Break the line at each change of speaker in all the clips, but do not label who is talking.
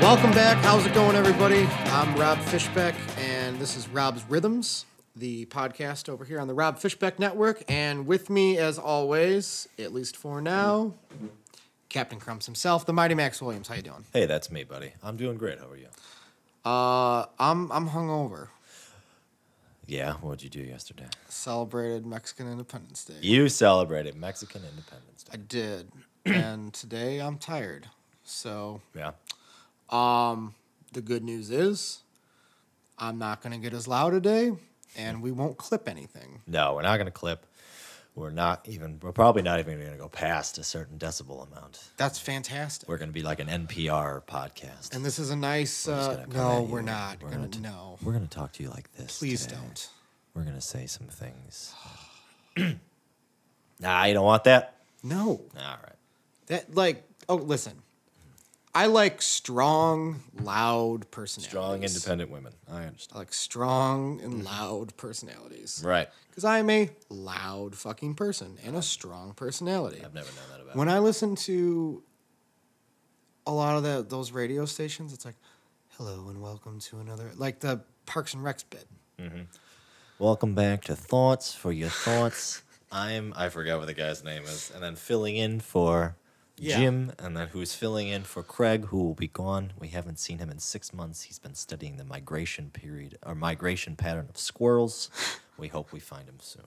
Welcome back. How's it going, everybody? I'm Rob Fishbeck, and this is Rob's Rhythms, the podcast over here on the Rob Fishbeck Network. And with me, as always, at least for now, Captain Crumbs himself, the Mighty Max Williams. How you doing?
Hey, that's me, buddy. I'm doing great. How are you?
Uh, I'm I'm hungover.
Yeah, what'd you do yesterday?
Celebrated Mexican Independence Day.
You celebrated Mexican Independence Day.
I did, and today I'm tired. So um,
Yeah.
the good news is, I'm not gonna get as loud today, and we won't clip anything.
No, we're not going to clip. We're not even, we're probably not even going to go past a certain decibel amount.
That's fantastic.
We're going to be like an NPR podcast.
And this is a nice.
just
Uh,
gonna come
no,
at you.
we're not.
We're
gonna,
not.
No,
we're going to talk to you like this.
please
today.
don't.
We're going to say some things. nah, you don't want that?
No,
All right.
that like. Oh, listen. I like strong, loud personalities.
Strong, independent women. I understand.
I like strong
Mm-hmm.
and loud personalities.
Right.
Because I am a loud fucking person and a strong personality.
I've never known that about
When I listen to a lot of the, those radio stations, it's like, "Hello and welcome to another," like the Parks and Recs bit.
Welcome back to Thoughts for Your Thoughts. I'm I forgot what the guy's name is, and then filling in for
Yeah.
Jim, and then who's filling in for Craig, who will be gone. We haven't seen him in six months. He's been studying the migration period or migration pattern of squirrels. We hope we find him soon.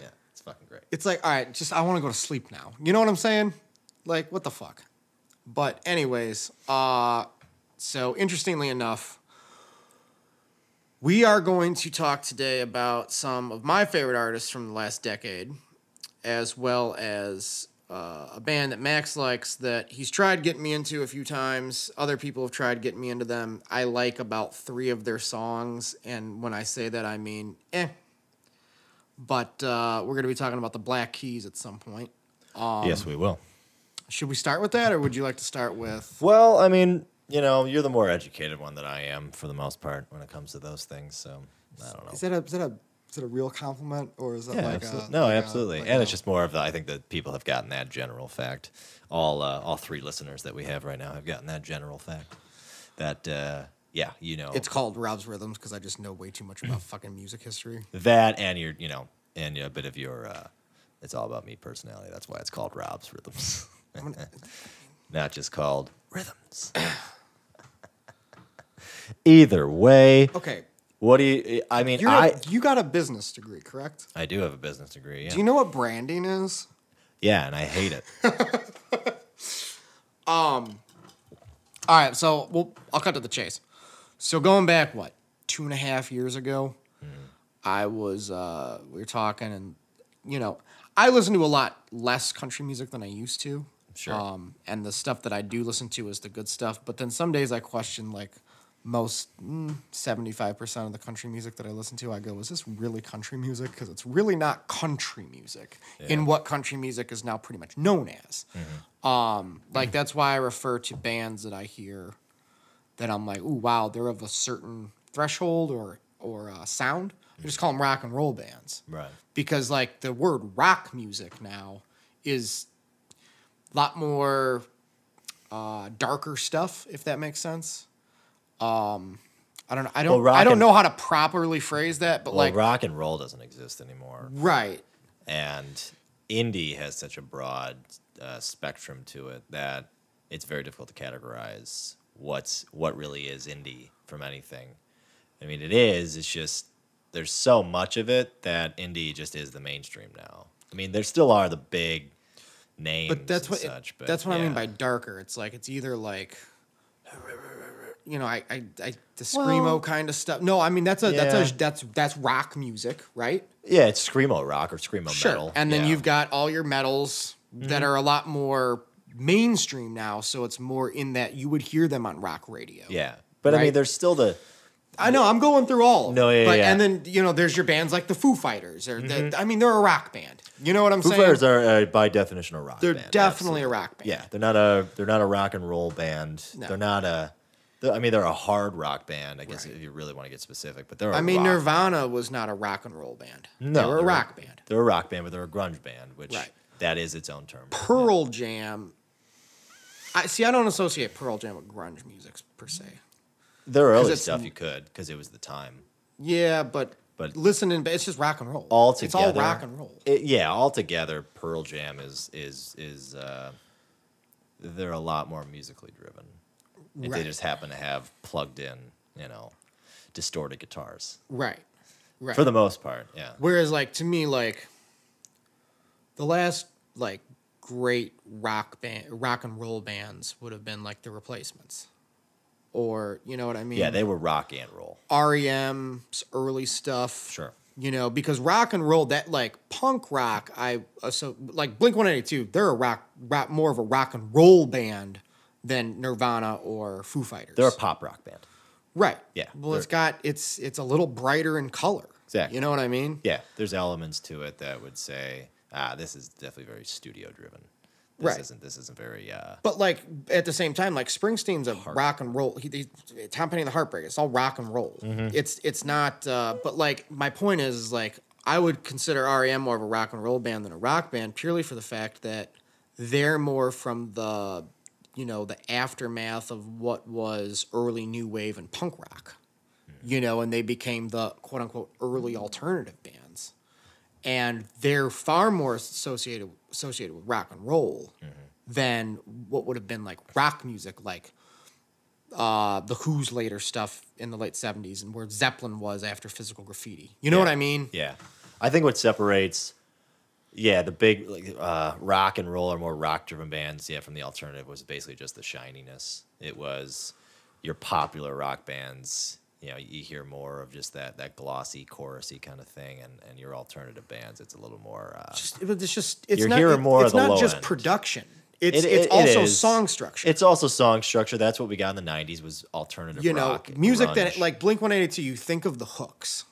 Yeah, it's fucking great.
it's like, all right, just I want to go to sleep now. You know what I'm saying? Like, what the fuck? But anyways, uh, so interestingly enough, we are going to talk today about some of my favorite artists from the last decade, as well as uh, a band that Max likes that he's tried getting me into a few times. Other people have tried getting me into them. I like about three of their songs, and when I say that, I mean eh. But uh, we're going to be talking about the Black Keys at some point.
yes, we will.
Should we start with that, or would you like to start with?
Well, I mean, you know, you're the more educated one that I am for the most part when it comes to those things. So I don't know.
Is that a is that a is that a real compliment, or is that
Yeah,
like
absolutely.
a
no,
like a-
absolutely.
like uh,
and
a-
it's just more of the. I think that people have gotten that general fact. All uh, all three listeners that we have right now have gotten that general fact. That uh, yeah, you know,
it's called Rob's Rhythms because I just know way too much about fucking music history.
that, and your you know, and a bit of your. Uh, it's all about me personality. That's why it's called Rob's Rhythms, not just called Rhythms. Either way,
Okay,
what do you? I mean,
you
I
you got a business degree, correct?
I do have a business degree. Yeah,
Do you know what branding is?
yeah, and I hate it.
All right, so we'll I'll cut to the chase. So going back, what two and a half years ago, I was uh, we were talking, and you know, I listen to a lot less country music than I used to.
Sure.
Um, and the stuff that I do listen to is the good stuff. But then some days I question like most seventy five percent of the country music that I listen to. I go, is this really country music? Because it's really not country music in what country music is now pretty much known as. Um, like that's why I refer to bands that I hear that I'm like, ooh, wow, they're of a certain threshold or or uh, sound. I just call them rock and roll bands
Right.
because like the word rock music now is a lot more uh, darker stuff, if that makes sense. Um, I don't know. I don't.
Well, rock
I don't
and-
know how to properly phrase that, but
Well,
like
rock and roll doesn't exist anymore.
right.
and indie has such a broad uh, spectrum to it that it's very difficult to categorize what's what really is indie from anything. I mean, it is. It's just there's so much of it that indie just is the mainstream now. I mean, there still are the big names,
But that's what
and such, but
that's what I mean
yeah.
by darker. It's like it's either like you know, I I, I the screamo
Well-
kind of stuff. No, I mean that's a that's a
Yeah.
that's that's rock music, right?
yeah, it's screamo rock or screamo metal.
And then
yeah.
you've got all your metals that
Mm-hmm.
are a lot more mainstream now, so it's more in that you would hear them on rock radio.
yeah, but I mean,
right.
there's still the
I know, I'm going through all. of
No,
it,
yeah,
but,
yeah.
And then, you know, there's your bands like the Foo Fighters or
Mm-hmm.
the, I mean, they're a rock band. You know what I'm
Foo
saying?
Fighters are uh, by definition a rock.
they're
band,
definitely a rock band.
Yeah, they're not a they're not a rock and roll band.
No.
They're not a. they're- I mean, they're a hard rock band. I guess
Right.
if you really want to get specific, but they're. I
I mean, Nirvana was not a rock and roll band. they were a rock band.
They're a rock band, but they're a grunge band, which
Right.
that is its own term.
Pearl Jam I see. I don't associate Pearl Jam with grunge music per se.
Their early
it's-
stuff you could because it was the time.
Yeah, but
But-
but listening, but it's just rock and roll.
All
it's all
together-
rock and roll.
It, yeah, altogether, Pearl Jam is is is uh, they're a lot more musically driven. If They
Right.
just happen to have plugged in, you know, distorted guitars
Right, right.
for the most part. Yeah,
Whereas, like to me, like the last like great rock band, rock and roll bands would have been like the Replacements, or you know what I mean?
yeah, they were rock and roll.
REM's early stuff.
Sure.
You know, because rock and roll, that like punk rock, I uh, so like Blink One Eighty Two, they're a rock, rock, more of a rock and roll band than Nirvana or Foo Fighters.
They're a pop rock band.
right.
Yeah,
Well, it's got it's it's a little brighter in color.
Exactly.
You know what I mean?
Yeah, there's elements to it that would say, ah, this is definitely very studio driven. This
Right.
isn't. This isn't very. Uh,
But like at the same time, like Springsteen's a rock and roll. He, he, Tom Petty and the Heartbreak. It's all rock and roll. It's it's not. Uh, but like my point is, is like I would consider REM more of a rock and roll band than a rock band, purely for the fact that they're more from the you know the aftermath of what was early new wave and punk rock. You know, and they became the quote unquote early alternative bands and they're far more associated associated with rock and roll
Mm-hmm.
than what would have been like rock music, like uh, the Who's later stuff in the late seventies, and where Zeppelin was after Physical Graffiti. You know what I mean?
Yeah, I think what separates, yeah, the big like uh, rock and roll or more rock driven bands, yeah, from the alternative was basically just the shininess. It was your popular rock bands. You know, you hear more of just that that glossy, chorusy kind of thing, and and your alternative bands, it's a little more. Uh,
Just, it- it's just it's
You're
not
hearing
it-
more of
it's
the low
not just
end.
production. It's it's
It- it- it
also
is.
song structure.
it's also song structure. That's what we got in the '90s was alternative.
you know,
rock,
music that
grunge.
like Blink One Eighty Two. You think of the hooks.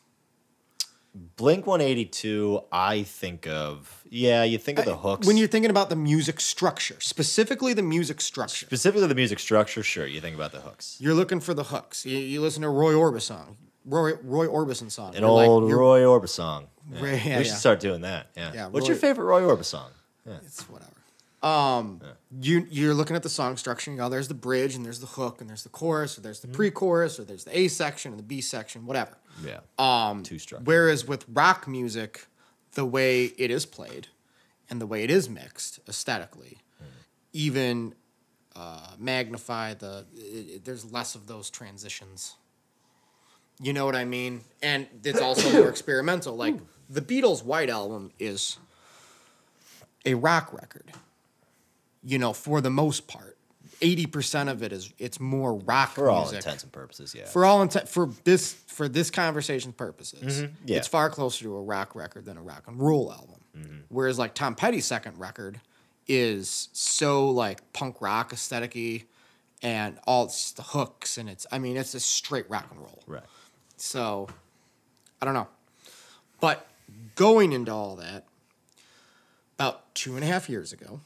Blink 182. I think of yeah, you think of the hooks
when you're thinking about the music structure, specifically the music structure.
specifically the music structure. Sure, you think about the hooks.
You're looking for the hooks. You, you listen to a Roy Orbison, Roy Roy Orbison song.
An
You're like-
old
you're-
Roy Orbison song. Yeah.
Ray- yeah,
we should
yeah.
start doing that. Yeah.
Yeah,
What's
Roy-
your favorite Roy Orbison song? Yeah.
It's whatever. Um, you you're looking at the song structure. You go, there's the bridge, and there's the hook, and there's the chorus, or there's
Mm-hmm.
the pre-chorus, or there's the A section and the B section, whatever.
Yeah. Um, Two struck.
Whereas with rock music, the way it is played and the way it is mixed aesthetically, even uh, magnify the. It, it- there's less of those transitions. You know what I mean? And it's also more experimental. Like the Beatles' White Album is a rock record. You know, for the most part, eighty percent of it is it's more rock
For all
music
intents and purposes, yeah.
for all intent for this for this conversation's purposes,
Mm-hmm. yeah. Mm-hmm.
it's far closer to a rock record than a rock and roll album. Whereas like Tom Petty's second record is so like punk rock aestheticy and all it's the hooks and it's I mean it's just straight rock and roll.
right.
So I don't know. But going into all that, about two and a half years ago,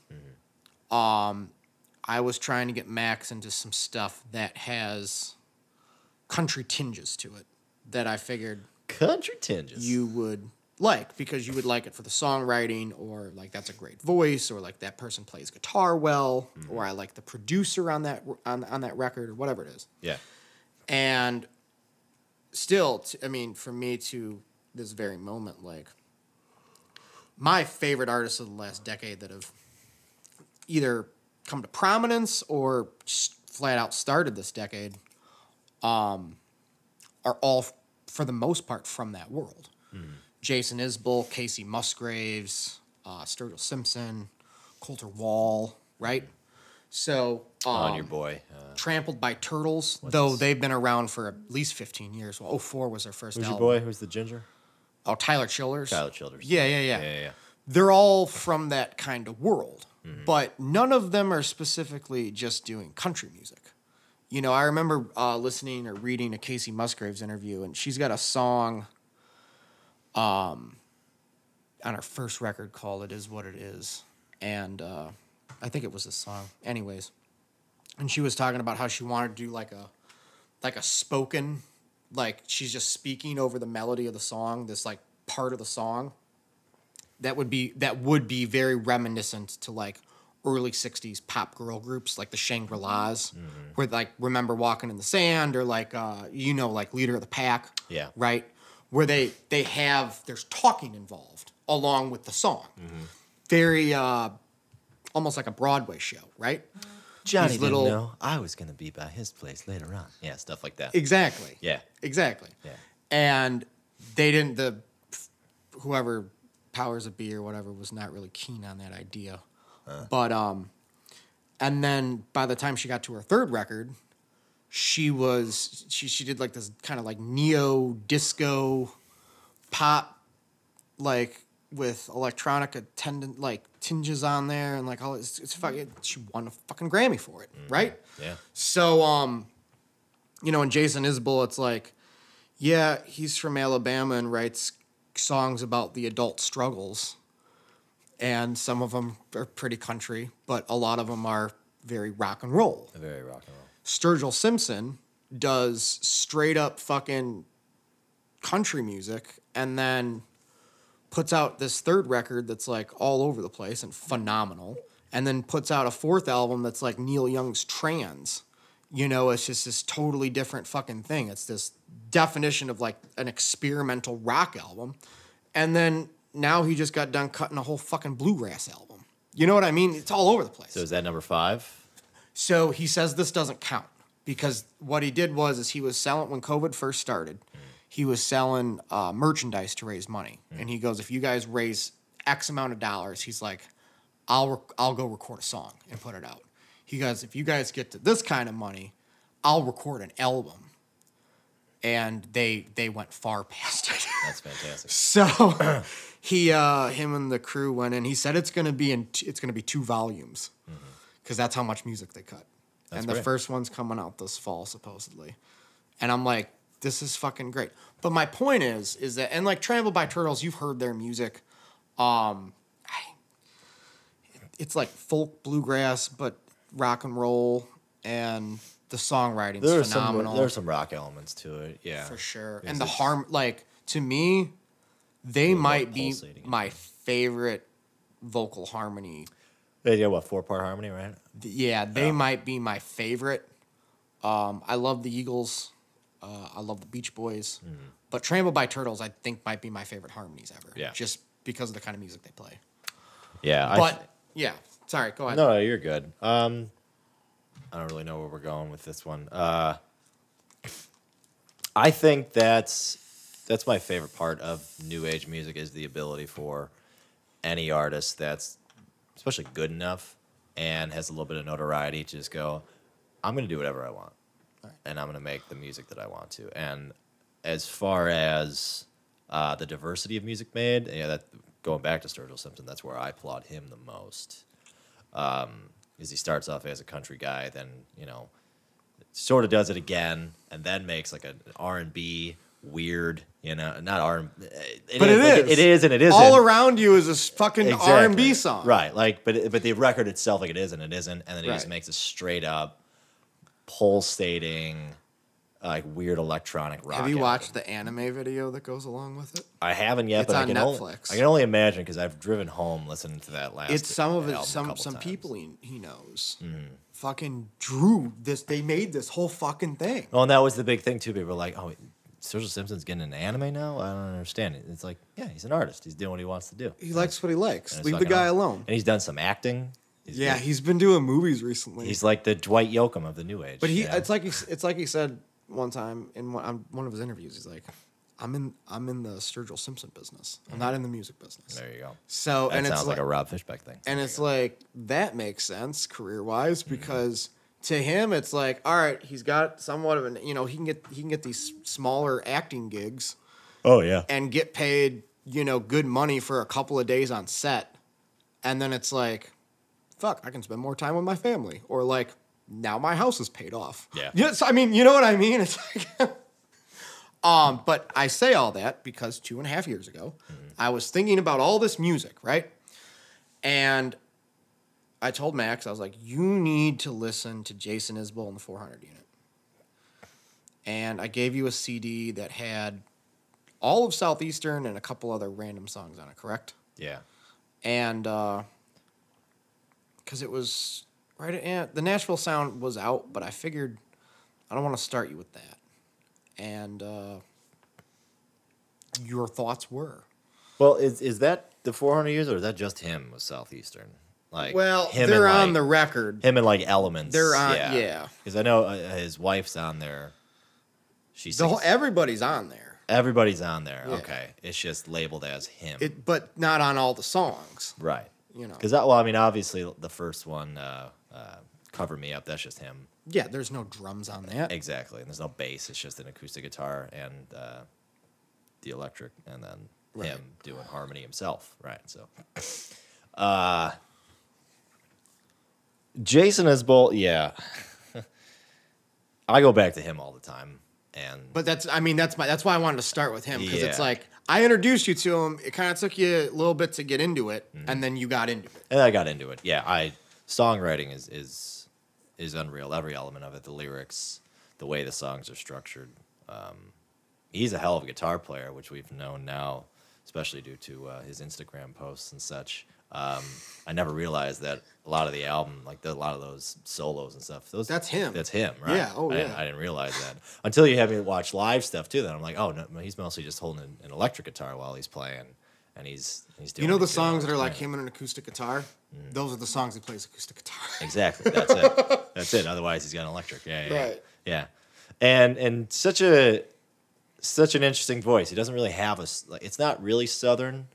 um, I was trying to get Max into some stuff that has country tinges to it that I figured
Country tinges.
you would like because you would like it for the songwriting or like that's a great voice or like that person plays guitar well or I like the producer on that on, on that record or whatever it is
Yeah.
and still t- i mean for me to this very moment like my favorite artists of the last decade that have either come to prominence or just flat out started this decade um, are all f- for the most part from that world jason isbell casey musgraves uh, sturgill simpson coulter wall right so um,
On your boy. Uh,
Trampled by Turtles, though they've been around for at least 15 years. Well, 04 was their first
who's your
album.
boy? Who's the ginger?
Oh, Tyler Childers.
Tyler Childers.
Yeah, yeah, yeah.
Yeah. Yeah. yeah.
They're all from that kind of world,
Mm-hmm.
but none of them are specifically just doing country music. You know, I remember uh, listening or reading a Casey Musgraves interview, and she's got a song um, on her first record called It Is What It Is. And uh, I think it was this song. Anyways, and she was talking about how she wanted to do like a like a spoken like she's just speaking over the melody of the song this like part of the song that would be that would be very reminiscent to like early 60s pop girl groups like the Shangri-Las where like remember walking in the sand or like uh you know like leader of the pack
Yeah.
right where they they have there's talking involved along with the song very uh almost like a Broadway show right
Johnny
These
didn't
little-
know I was gonna be by his place later on. Yeah, stuff like that.
exactly
yeah,
Exactly.
Yeah.
And they didn't the whoever powers of be or whatever was not really keen on that idea. But um and then by the time she got to her third record, she was she she did like this kind of like neo disco pop like with electronic attendant like tinges on there and like all it's, it's fucking she won a fucking Grammy for it, right?
yeah,
So, um, you know, in Jason Isbell, it's like, yeah, he's from Alabama and writes songs about the adult struggles. And some of them are pretty country, but a lot of them are very rock and roll.
very rock and roll.
Sturgill Simpson does straight up fucking country music and then puts out this third record that's like all over the place and phenomenal and then puts out a fourth album that's like Neil Young's trans. You know, it's just this totally different fucking thing. It's this definition of like an experimental rock album. And then now he just got done cutting a whole fucking bluegrass album. You know what I mean? It's all over the place.
So is that number five?
So he says this doesn't count because what he did was is he was selling when COVID first started, he was selling uh, merchandise to raise money, and he goes, if you guys raise X amount of dollars, he's like, I'll rec- I'll go record a song and put it out. He goes, if you guys get to this kind of money, I'll record an album. And they they went far past it.
That's fantastic.
So he, uh, him and the crew went in. He said it's gonna be in, t- it's gonna be two volumes, because that's how much music they cut. and the
Mm-hmm. great.
first one's coming out this fall supposedly. And I'm like, this is fucking great. But my point is, is that and like Trampled by Turtles, you've heard their music. Um, I- it's like folk bluegrass, but rock and roll, and the songwriting's
There are
phenomenal
some uh, there are some rock elements to it. Yeah,
for sure.
Because
And the
it's-
harm, like to me, they might be
pulsating in
my favorite vocal harmony.
They got what four part harmony, right?
Th- Yeah, they might be my favorite. Um, I love the Eagles. Uh, I love the Beach Boys.
Hmm.
But Trampled by Turtles, I think, might be my favorite harmonies ever.
Yeah.
Just because of the kind of music they play.
Yeah, I-
But yeah, sorry, go ahead.
No, no, you're good. Um, I don't really know where we're going with this one. Uh, I think that's that's my favorite part of new age music is the ability for any artist that's especially good enough and has a little bit of notoriety to just go, I'm gonna do whatever I want, and I'm gonna make the music that I want to. And as far as uh, the diversity of music made, yeah, that going back to Sturgill Simpson, that's where I applaud him the most is he starts off as a country guy, then you know, sort of does it again, and then makes like an R and B weird, you know, not R. uh, It
But
is,
it
like,
is.
It is, and it isn't.
All around you is this fucking
Exactly.
R&B song.
right? Like, but it, but the record itself, like it is, and it isn't, and then he just
Right.
makes a straight up pulsating, like weird electronic rock.
Have you
album.
watched the anime video that goes along with it?
I haven't yet,
It's
but I
on
can only
Netflix.
I can only imagine because I've driven home listening to that last.
it's some of it
album a
some
couple
some
times. Mm-hmm.
people he, he knows fucking drew this they made this whole fucking thing
Well, and that was the big thing too. People were like, "Oh, Sergio Simpson's getting an anime now." I don't understand it. It's like, yeah, he's an artist. He's doing what he wants to do.
he likes what he likes
And it's
leave the
fucking
guy
awesome.
alone
And he's done some acting. He's
yeah
good.
he's been doing movies recently
he's like the Dwight Yoakam of the new age.
but he
you know?
it's like he, s- it's like he said one time in one, on one of his interviews he's like i'm in i'm in the sturgill simpson business i'm not in the music business
Mm-hmm. there you go.
so
That
and
sounds
it's like,
like, a Mm-hmm. Rob Fishbeck thing.
and it's like that makes sense career wise because to him it's like all right he's got somewhat of an you know he can get he can get these smaller acting gigs
oh yeah,
and get paid, you know, good money for a couple of days on set. And then it's like, fuck, I can spend more time with my family. Or like, now my house is paid off.
Yeah.
Yes, I mean, you know what I mean? It's like Um, but I say all that because two and a half years ago, I was thinking about all this music, right? And I told Max, I was like, you need to listen to Jason Isbell and the 400 unit. And I gave you a CD that had all of Southeastern and a couple other random songs on it, correct?
yeah.
And uh, because it was right at the Nashville sound was out, but I figured I don't want to start you with that. And uh, your thoughts were
Well, is is that the 400 years, or is that just him with Southeastern? Like,
well,
him
they're
and,
on
like-
the record.
him and like Elements.
They're on- yeah.
Because I know uh, his wife's on there. She
The
sings,
whole, everybody's on there,
everybody's on there.
Yeah.
Okay, it's just labeled as him.
it but not on all the songs.
right.
You know,
Because that, well, I mean, obviously the first one, uh, uh, "Cover Me Up," that's just him.
yeah, there's no drums on that.
Exactly. And there's no bass. It's just an acoustic guitar and uh, the electric, and then
Right.
him doing harmony himself. Right. So, uh, Jason is both. Yeah, I go back to him all the time, and
But that's I mean that's my that's why I wanted to start with him because it's
Yeah.
like I introduced you to him. It kind of took you a little bit to get into it,
Mm-hmm.
and then you got into it.
and I got into it. Yeah, I songwriting is is is unreal. Every element of it, the lyrics, the way the songs are structured. Um, he's a hell of a guitar player, which we've known now, especially due to uh, his Instagram posts and such. Um, I never realized that a lot of the album, like the, a lot of those solos and stuff, those
That's him.
That's him, right?
Yeah, oh,
I Didn't,
yeah.
I didn't realize that until you have me watch live stuff too. Then I'm like, oh no, he's mostly just holding an, an electric guitar while he's playing, and he's he's doing.
You know
it
the
too.
songs that are like
Right.
him and an acoustic guitar? Those are the songs he plays acoustic guitar.
Exactly. That's it. That's it. Otherwise, he's got an electric. Yeah. Yeah.
Right.
Yeah. And and such a such an interesting voice. He doesn't really have a. s- Like, it's not really southern,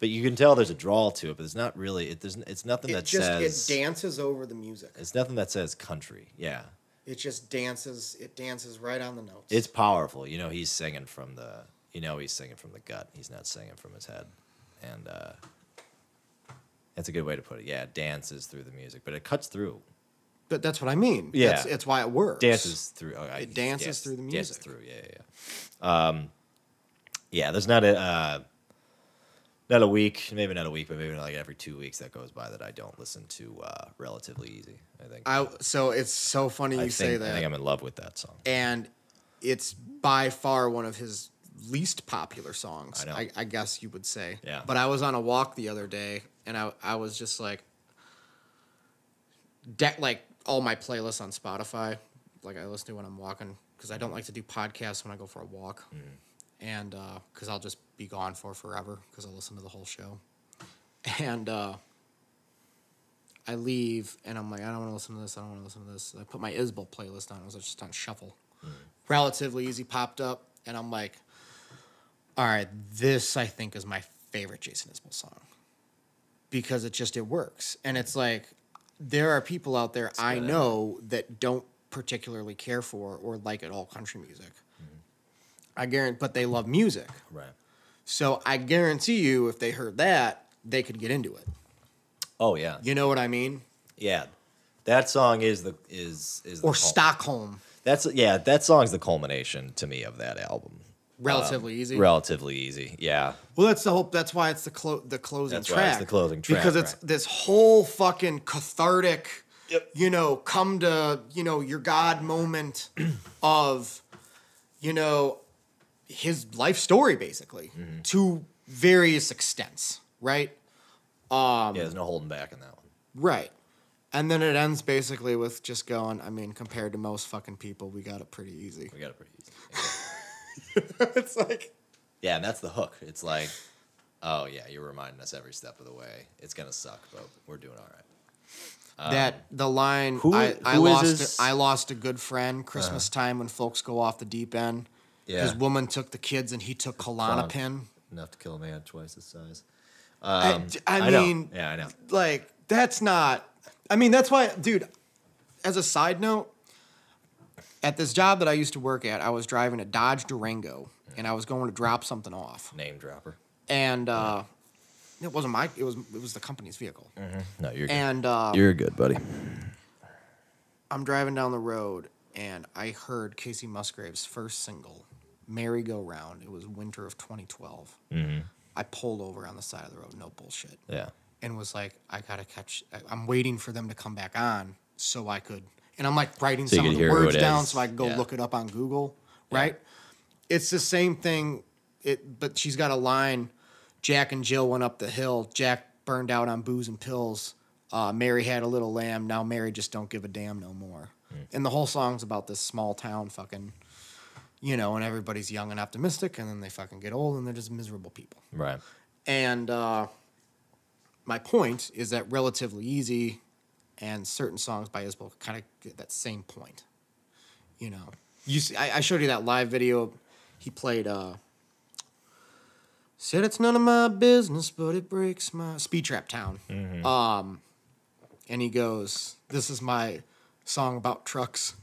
but you can tell there's a drawl to it. But it's not really. It, there's, it's nothing
It
that
just
says.
it dances over the music.
it's nothing that says country. Yeah.
It just dances. It dances right on the notes.
It's powerful. You know, he's singing from the. You know, he's singing from the gut. He's not singing from his head, and uh, that's a good way to put it. Yeah, it dances through the music, but it cuts through.
but that's what I mean.
Yeah.
that's, it's why it works.
dances through. oh, I-
It dances through the
dances
music.
through, yeah, yeah, yeah. Um, yeah. There's not a uh, not a week, maybe not a week, but maybe like every two weeks that goes by that I don't listen to uh, relatively easy. I think.
I so it's so funny you
I
say
think, I
that,
think I'm in love with that song.
and it's by far one of his least popular songs.
I know.
I, guess you would say.
Yeah.
But I was on a walk the other day, and I I was just like, de- like all my playlists on Spotify, like I listen to when I'm walking because I don't like to do podcasts when I go for a walk, and because I'll just be gone for forever because I'll listen to the whole show, and. uh I leave and I'm like, I don't want to listen to this. I don't want to listen to this. I put my Isbel playlist on. It was just on shuffle. Relatively easy popped up, and I'm like, all right, this I think is my favorite Jason Isbell song because it just it works, and it's like there are people out there I
good.
know that don't particularly care for or like at all country music. I guarantee, but they love music.
Right.
So I guarantee you, if they heard that, they could get into it.
Oh yeah,
You know what I mean?
yeah. That song is the is is the
Or
cul-
Stockholm.
That's yeah. That song's the culmination to me of that album. Um,
relatively easy.
Relatively easy. Yeah.
well, that's the whole. That's why it's the clo- the closing
That's
track.
why it's the closing track,
because it's
right.
this whole fucking cathartic,
Yep.
you know, come to you know your God moment of, you know, his life story basically
Mm-hmm.
to various extents, right? Um,
yeah. There's no holding back in that one.
Right. And then it ends basically with just going, I mean, compared to most fucking people, we got it pretty easy.
We got it pretty easy.
it's like,
Yeah, and that's the hook. It's like, oh yeah, you're reminding us every step of the way. It's gonna suck, but we're doing all right.
that the line
Uh, who-
I, I
who is
lost
his- Uh-huh.
I lost a good friend Christmas time when folks go off the deep end.
Yeah.
His woman took the kids and he took Klonopin.
Enough to kill a man twice his size.
I-
Um,
I,
know.
mean,
yeah, I know.
like that's not. I mean, that's why, dude. As a side note, at this job that I used to work at, I was driving a Dodge Durango and I was going to drop something off,
Name dropper.
and
Uh-huh.
uh, it wasn't my. It was it was the company's vehicle,
No, you're good.
and uh,
you're good, buddy.
I'm driving down the road and I heard Casey Musgrave's first single, Merry Go Round. It was winter of 2012. I pulled over on the side of the road, no bullshit,
Yeah,
and was like, I gotta catch, I- I'm waiting for them to come back on so I could. And I'm like writing
So you
some of
could
the
hear who
words
it
down
is.
so I can go
Yeah.
look it up on Google, right? It's the same thing, it, but she's got a line Jack and Jill went up the hill, Jack burned out on booze and pills. uh, Mary had a little lamb. Now Mary just don't give a damn no more.
Hmm.
And the whole song's about this small town fucking, you know, and everybody's young and optimistic, and then they fucking get old and they're just miserable people.
Right.
And uh, my point is that Relatively Easy and certain songs by Isbell kind of get that same point. You know, you see, I, I showed you that live video. He played. Uh, Said it's none of my business, but it breaks my Speed Trap Town. Um, and he goes, "This is my song about trucks."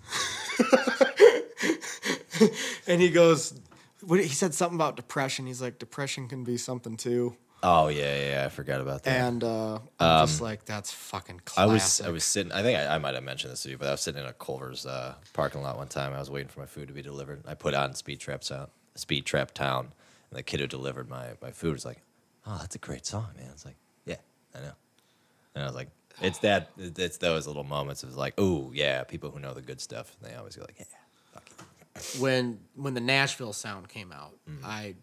and he goes, what, "He said something about depression." He's like, "Depression can be something too."
Oh yeah, yeah, yeah. I forgot about that.
And uh, I'm just like, "That's fucking
Um, I
classic."
was I was sitting. I think I, I might have mentioned this to you, but I was sitting in a Culver's uh, parking lot one time. I was waiting for my food to be delivered. I put on Speed Trap Town, Speed Trap Town, and the kid who delivered my my food was like, "Oh, that's a great song, man." It's like, "Yeah, I know." And I was like, "It's that. It's those little moments of like, oh yeah, people who know the good stuff. And they always go like, yeah, fuck it.
when when the Nashville sound came out,
Mm.
I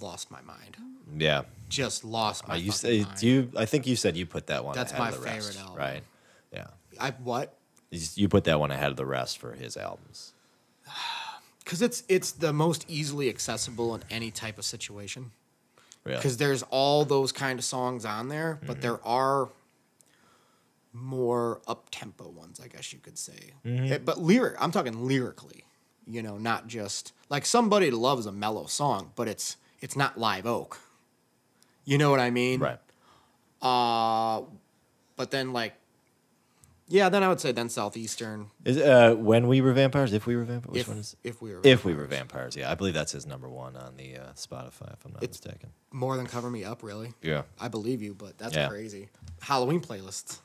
lost my mind.
yeah."
Just lost my.
Uh, you
fucking
say
mind.
do you? I think you said you put that one.
That's
ahead
my
of the rest,
favorite album.
right? Yeah,
I what?
You s- you put that one ahead of the rest for his albums.
Because it's it's the most easily accessible in any type of situation.
Really?
because there's all those kind of songs on there,
Mm-hmm.
but there are more up tempo ones, I guess you could say.
Mm-hmm.
Eh, but lyric, I'm talking lyrically, you know, not just like somebody loves a mellow song, but it's it's not live oak. You know what I mean?
right.
Uh, but then like, yeah, then I would say then southeastern
Is uh when we were vampires? If we were vampires, which
if
one is?
if we were
If we were vampires, yeah, I believe that's his number one on the uh, Spotify, if I'm not
It's-
mistaken.
more than cover me up, really.
Yeah,
I believe you, but that's
Yeah.
crazy. Halloween playlists.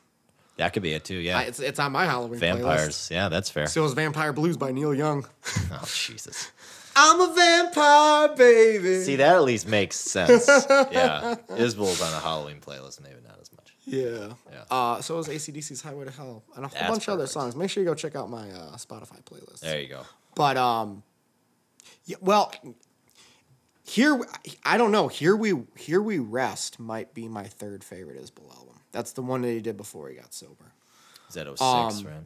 that could be it too. Yeah,
I, it's it's on my Halloween playlist.
vampires. Yeah, that's fair.
So is Vampire Blues by Neil Young.
oh Jesus!
I'm a vampire, baby.
See, that at least makes sense. yeah, Isbell's on a Halloween playlist, maybe not as much.
Yeah.
Yeah.
Uh, so is ACDC's Highway to Hell and a whole
That's
bunch of other
perfect.
songs. Make sure you go check out my uh, Spotify playlist.
There you go.
But, um, yeah, well, here, I don't know. Here we, here we rest might be my third favorite Isbell album. That's the one that he did before he got sober.
Is that 06,
Um,
right?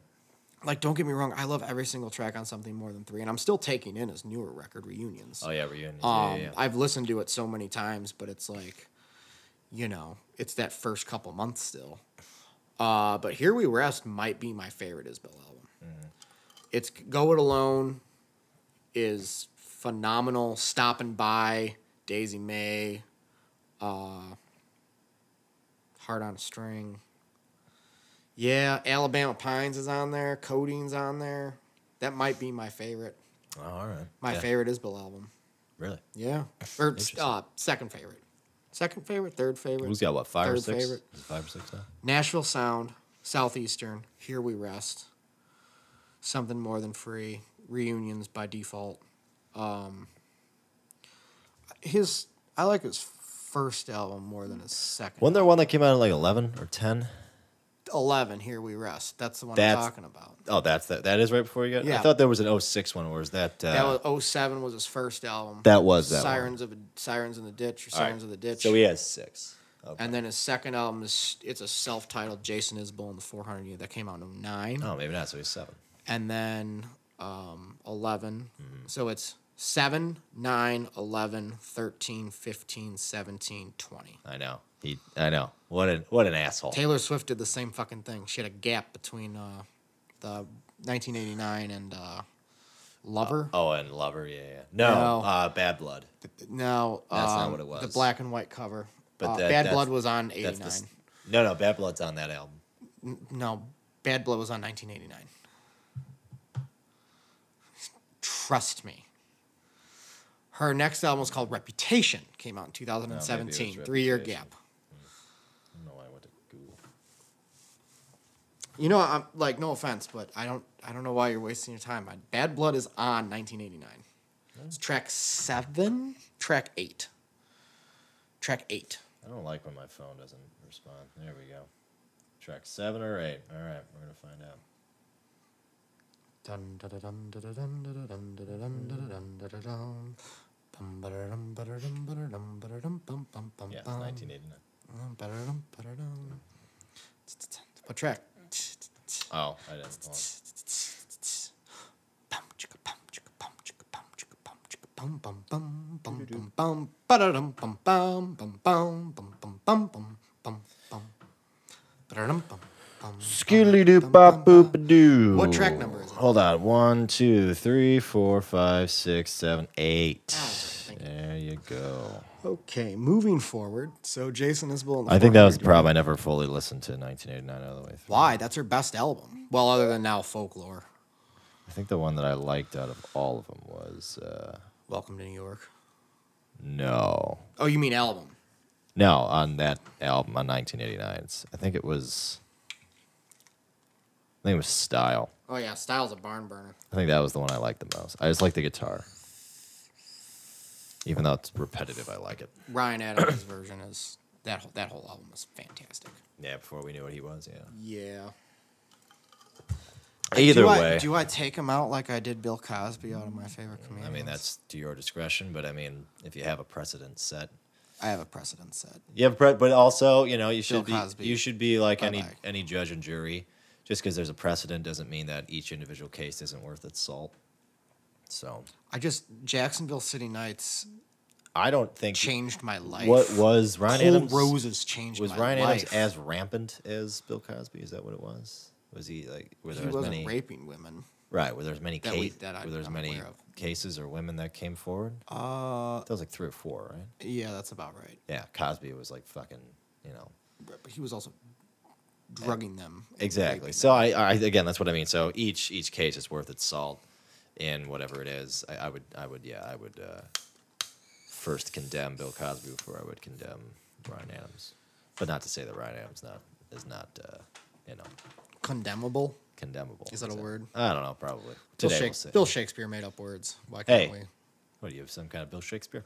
Like, don't get me wrong. I love every single track on something more than three, and I'm still taking in his newer record reunions.
Oh yeah, reunion. yeah,
Um,
yeah, yeah.
I've listened to it so many times, but it's like, you know, it's that first couple months still. Uh, but Here We Rest might be my favorite Isbell album.
Mm-hmm.
It's Go It Alone is phenomenal. Stopping by Daisy May, uh, Heart on a String. Yeah, Alabama Pines is on there. Codeine's on there. That might be my favorite.
Oh, all right.
My
Yeah,
favorite Isbell album.
Really?
Yeah. Or
Interesting.
uh, second favorite. Second favorite, third favorite.
Who's got what? Five or
Third
six?
favorite.
Is it five or six now?
Nashville Sound, Southeastern, Here We Rest, Something More Than Free, Reunions by Default. Um, his I like his first album more than his second.
Wasn't there one that came out at like eleven or ten?
Eleven, Here We Rest. That's the one I'm
That's-
talking about.
Oh, that's that. That is right before you got. I
Yeah.
thought there was an 06 one. Or was that? Uh,
That was 07 was his first album.
That was that one.
Sirens of Sirens in the Ditch or
all right.
Sirens of the Ditch.
So he has six. Okay.
And then his second album is it's a self-titled Jason Isbell and the 400 year that came out in 09
Oh, maybe not. So he's seven.
and then um 11.
Mm-hmm.
So it's 7 9 11 13 15 17 20.
I know. He. I know. What an what an asshole.
Taylor Swift did the same fucking thing. She had a gap between uh the 1989 and uh Lover.
oh, and lover. Yeah. yeah. No.
No.
Uh, bad blood.
no,
That's not
um,
what it was.
The black and white cover.
But
Uh,
that-
Bad
that's-
Blood was on 89.
That's the s- no, no. Bad blood's on that album.
No, Bad Blood was on 1989. Trust me. Her next album was called Reputation, came out in
No, maybe
2017,
it was
three year
Reputation.
gap.
I don't know why I went to Google.
You know, I'm like, no offense, but I don't, I don't know why you're wasting your time. My Bad Blood is on 1989. It's track seven, track eight, track eight.
I don't like when my phone doesn't respond. There we go. Track seven or eight. All right, we're gonna find out.
Dun, da, da, dun, da, da, dun, da, da, dun, da, da, dun, da, da, dun, da, da, dun. Bum, ba, da, dum, ba, da, dum, ba, da, dum, ba, da, dum, bum, bum, bum,
Yeah, it's
bum.
1989.
Um, ba-da-dum, ba-da-dum. Tsk, tsk, tsk. Put track.
Oh, I didn't. Hold on.
Bum, chicka, bum, chicka, bum, chicka, bum, chicka, bum, chicka, bum, bum, bum, bum, bum, bum, ba-da-dum, bum, bum, bum, bum, bum, bum, bum, bum, bum, bum. Ba-da-dum, bum, bum,
Skilly doo bop boop doo.
What track number is it?
Hold on. One, two, three, four, five, six, seven,
Oh,
eight. There you go.
Okay, moving forward. So Jason Isbell. and the
I think that was
400
the problem. I never fully listened to 1989 all the way through.
Why? That's her best album. Well, other than now, folklore.
I think the one that I liked out of all of them was uh,
Welcome to New York.
no,
Oh, you mean album?
no on that album on 1989's. I think it was. I think it was Style.
Oh yeah, Style's a barn burner.
I think that was the one I liked the most. I just like the guitar. Even though it's repetitive, I like it.
Ryan Adams' version is that whole, that whole album is fantastic.
Yeah, before we knew what he was, yeah.
Yeah.
Either
do
way,
I, do I take him out like I did Bill Cosby out of my favorite comedian?
I mean that's to your discretion, but I mean if you have a precedent set,
I have a precedent set.
yeah, pre- but also you know you should
Bill Cosby.
be you should be like any
Bye-bye.
any judge and jury. Just because there's a precedent doesn't mean that each individual case isn't worth its salt. So
I just Jacksonville City Nights
I don't think
changed my life.
what was Ryan
Cold
Adams
Roses changed
was
my
Ryan
life.
Adams as rampant as Bill Cosby? Is that what it was? Was he like were there
he
as
wasn't
many
raping women.
right? Were there as many
that we-
case-
that I-
were there as
I'm
many
aware of.
cases or women that came forward?
Uh,
that was like three or four, right?
yeah, that's about right.
Yeah, Cosby was like fucking, you know.
But but he was also drugging them. and
Exactly.
raping
So I, I again, that's what I mean. So each each case is worth its salt, in whatever it is. I, I would, I would, yeah, I would uh, first condemn Bill Cosby before I would condemn Ryan Adams. But not to say that Ryan Adams not is not, uh, you know,
them. Condemnable.
condemnable.
Is that a word?
I don't know. Probably
Bill,
today.
Shak-
We'll see.
Bill Shakespeare made up words. Why
hey,
can't
what do you have? Some kind of Bill Shakespeare?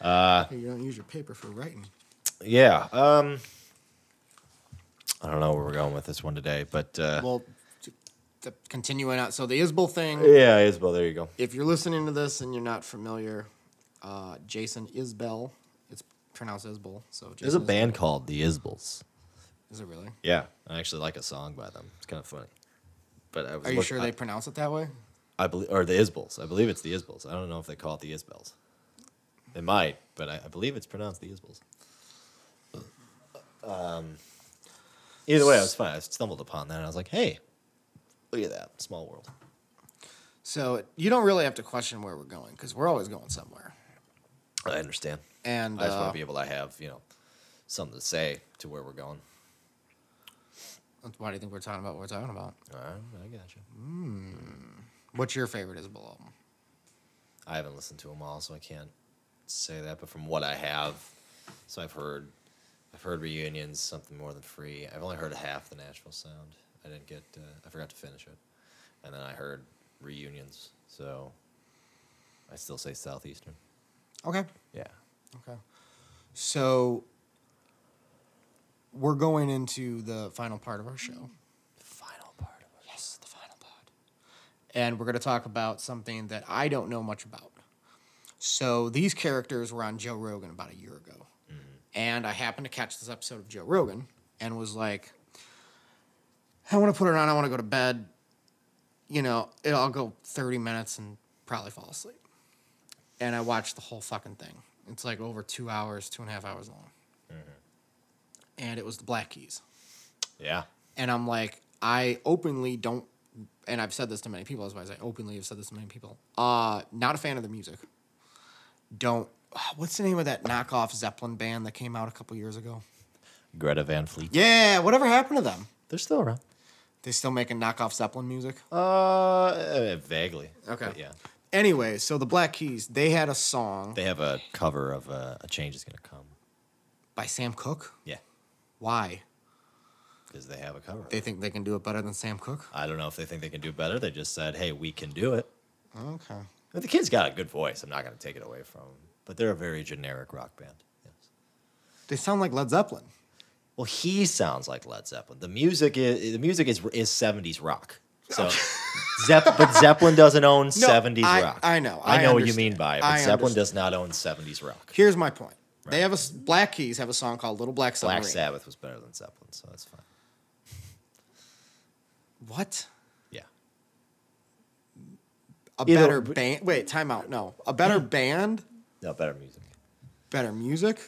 uh,
we? Hey, you don't use your paper for writing.
Yeah. Um, I don't know where we're going with this one today, but uh,
Well, t- t- continuing on. So the Isbel thing.
yeah, Isabel, there you go.
If you're listening to this and you're not familiar, uh, Jason Isbell. It's pronounced Isbell. So Jason
There's a
Is-
band called The Isbels.
Is it really?
Yeah, I actually like a song by them. It's kind of funny. But I was
Are you
look-
sure
I,
they pronounce it that way?
I believe or the Isbels. I believe it's the Isbels. I don't know if they call it the Isbels. They might, but I, I believe it's pronounced the Isbels. Um, either way, I was fine. I stumbled upon that and I was like, "Hey, look at that small world."
So it, you don't really have to question where we're going because we're always going somewhere.
I understand.
And
I just want
uh,
to be able to have you know something to say to where we're going.
why do you think we're talking about what we're talking about?
All right, I got you.
What's your favorite Isbell album?
I haven't listened to them all, so I can't say that. But from what I have, so I've heard, I've heard reunions, something more than free. I've only heard half the Nashville sound. I didn't get, uh, I forgot to finish it, and then I heard reunions. So I still say southeastern.
Okay.
Yeah.
Okay. So we're going into the final part of our show.
Final part of it.
Yes, the final pod. And we're going to talk about something that I don't know much about. So these characters were on Joe Rogan about a year ago. And I happened to catch this episode of Joe Rogan and was like, I want to put it on. I want to go to bed. You know, it- I'll go 30 minutes and probably fall asleep. And I watched the whole fucking thing. It's like over two hours, two and a half hours long. And it was the Black Keys
Yeah.
and I'm like, I openly don't, and I've said this to many people. That's why I say openly have said this to many people. Uh, not a fan of the music. Don't. What's the name of that knockoff Zeppelin band that came out a couple years ago?
Greta Van Fleet.
Yeah, whatever happened to them?
They're still around.
They still making knockoff Zeppelin music?
Uh, uh, vaguely.
Okay.
But yeah.
Anyway, so the Black Keys, they had a song
They have a cover of uh, "A Change Is Gonna Come."
by Sam Cooke.
Yeah.
Why?
Because they have a cover. of
They think they can do it better than Sam Cooke?
I don't know if they think they can do better. They just said, "Hey, we can do it."
Okay.
But the kid's got a good voice. I'm not going to take it away from him. But they're a very generic rock band. Yes.
They sound like Led Zeppelin.
Well, he sounds like Led Zeppelin. The music is the music is is 70s rock. So, Zepp, but Zeppelin doesn't own 70s
I-
rock.
I know.
I,
I
know what you
understand.
mean by it. But
I
Zeppelin
understand.
does not own 70s rock.
Here's my point. They have a s- Black Keys have a song called Little Black Submarine.
Black Sabbath was better than Zeppelin, so that's fine.
What?
Yeah.
A
Either-
better band? Wait, time out. No, a better band,
No, better music.
better music.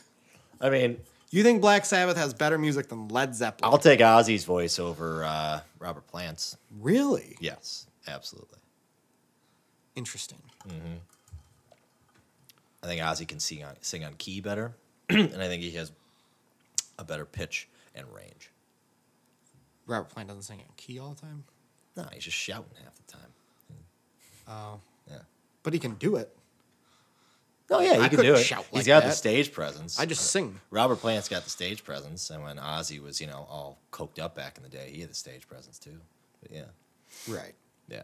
I mean,
You think Black Sabbath has better music than Led Zeppelin?
I'll take Ozzy's voice over uh, Robert Plant's.
really
Yes, absolutely.
interesting.
I think Ozzy can sing on, sing on key better, and I think he has a better pitch and range.
Robert Plant doesn't sing in key all the time.
No, he's just shouting half the time.
Oh,
Yeah.
but he can do it.
Oh yeah, he
I
can
couldn't
do it.
shout
he's
like
got the
that.
stage presence. Uh,
I just sing.
Robert Plant's got the stage presence, and when Ozzy was, you know, all coked up back in the day, he had the stage presence too. But yeah,
Right.
yeah.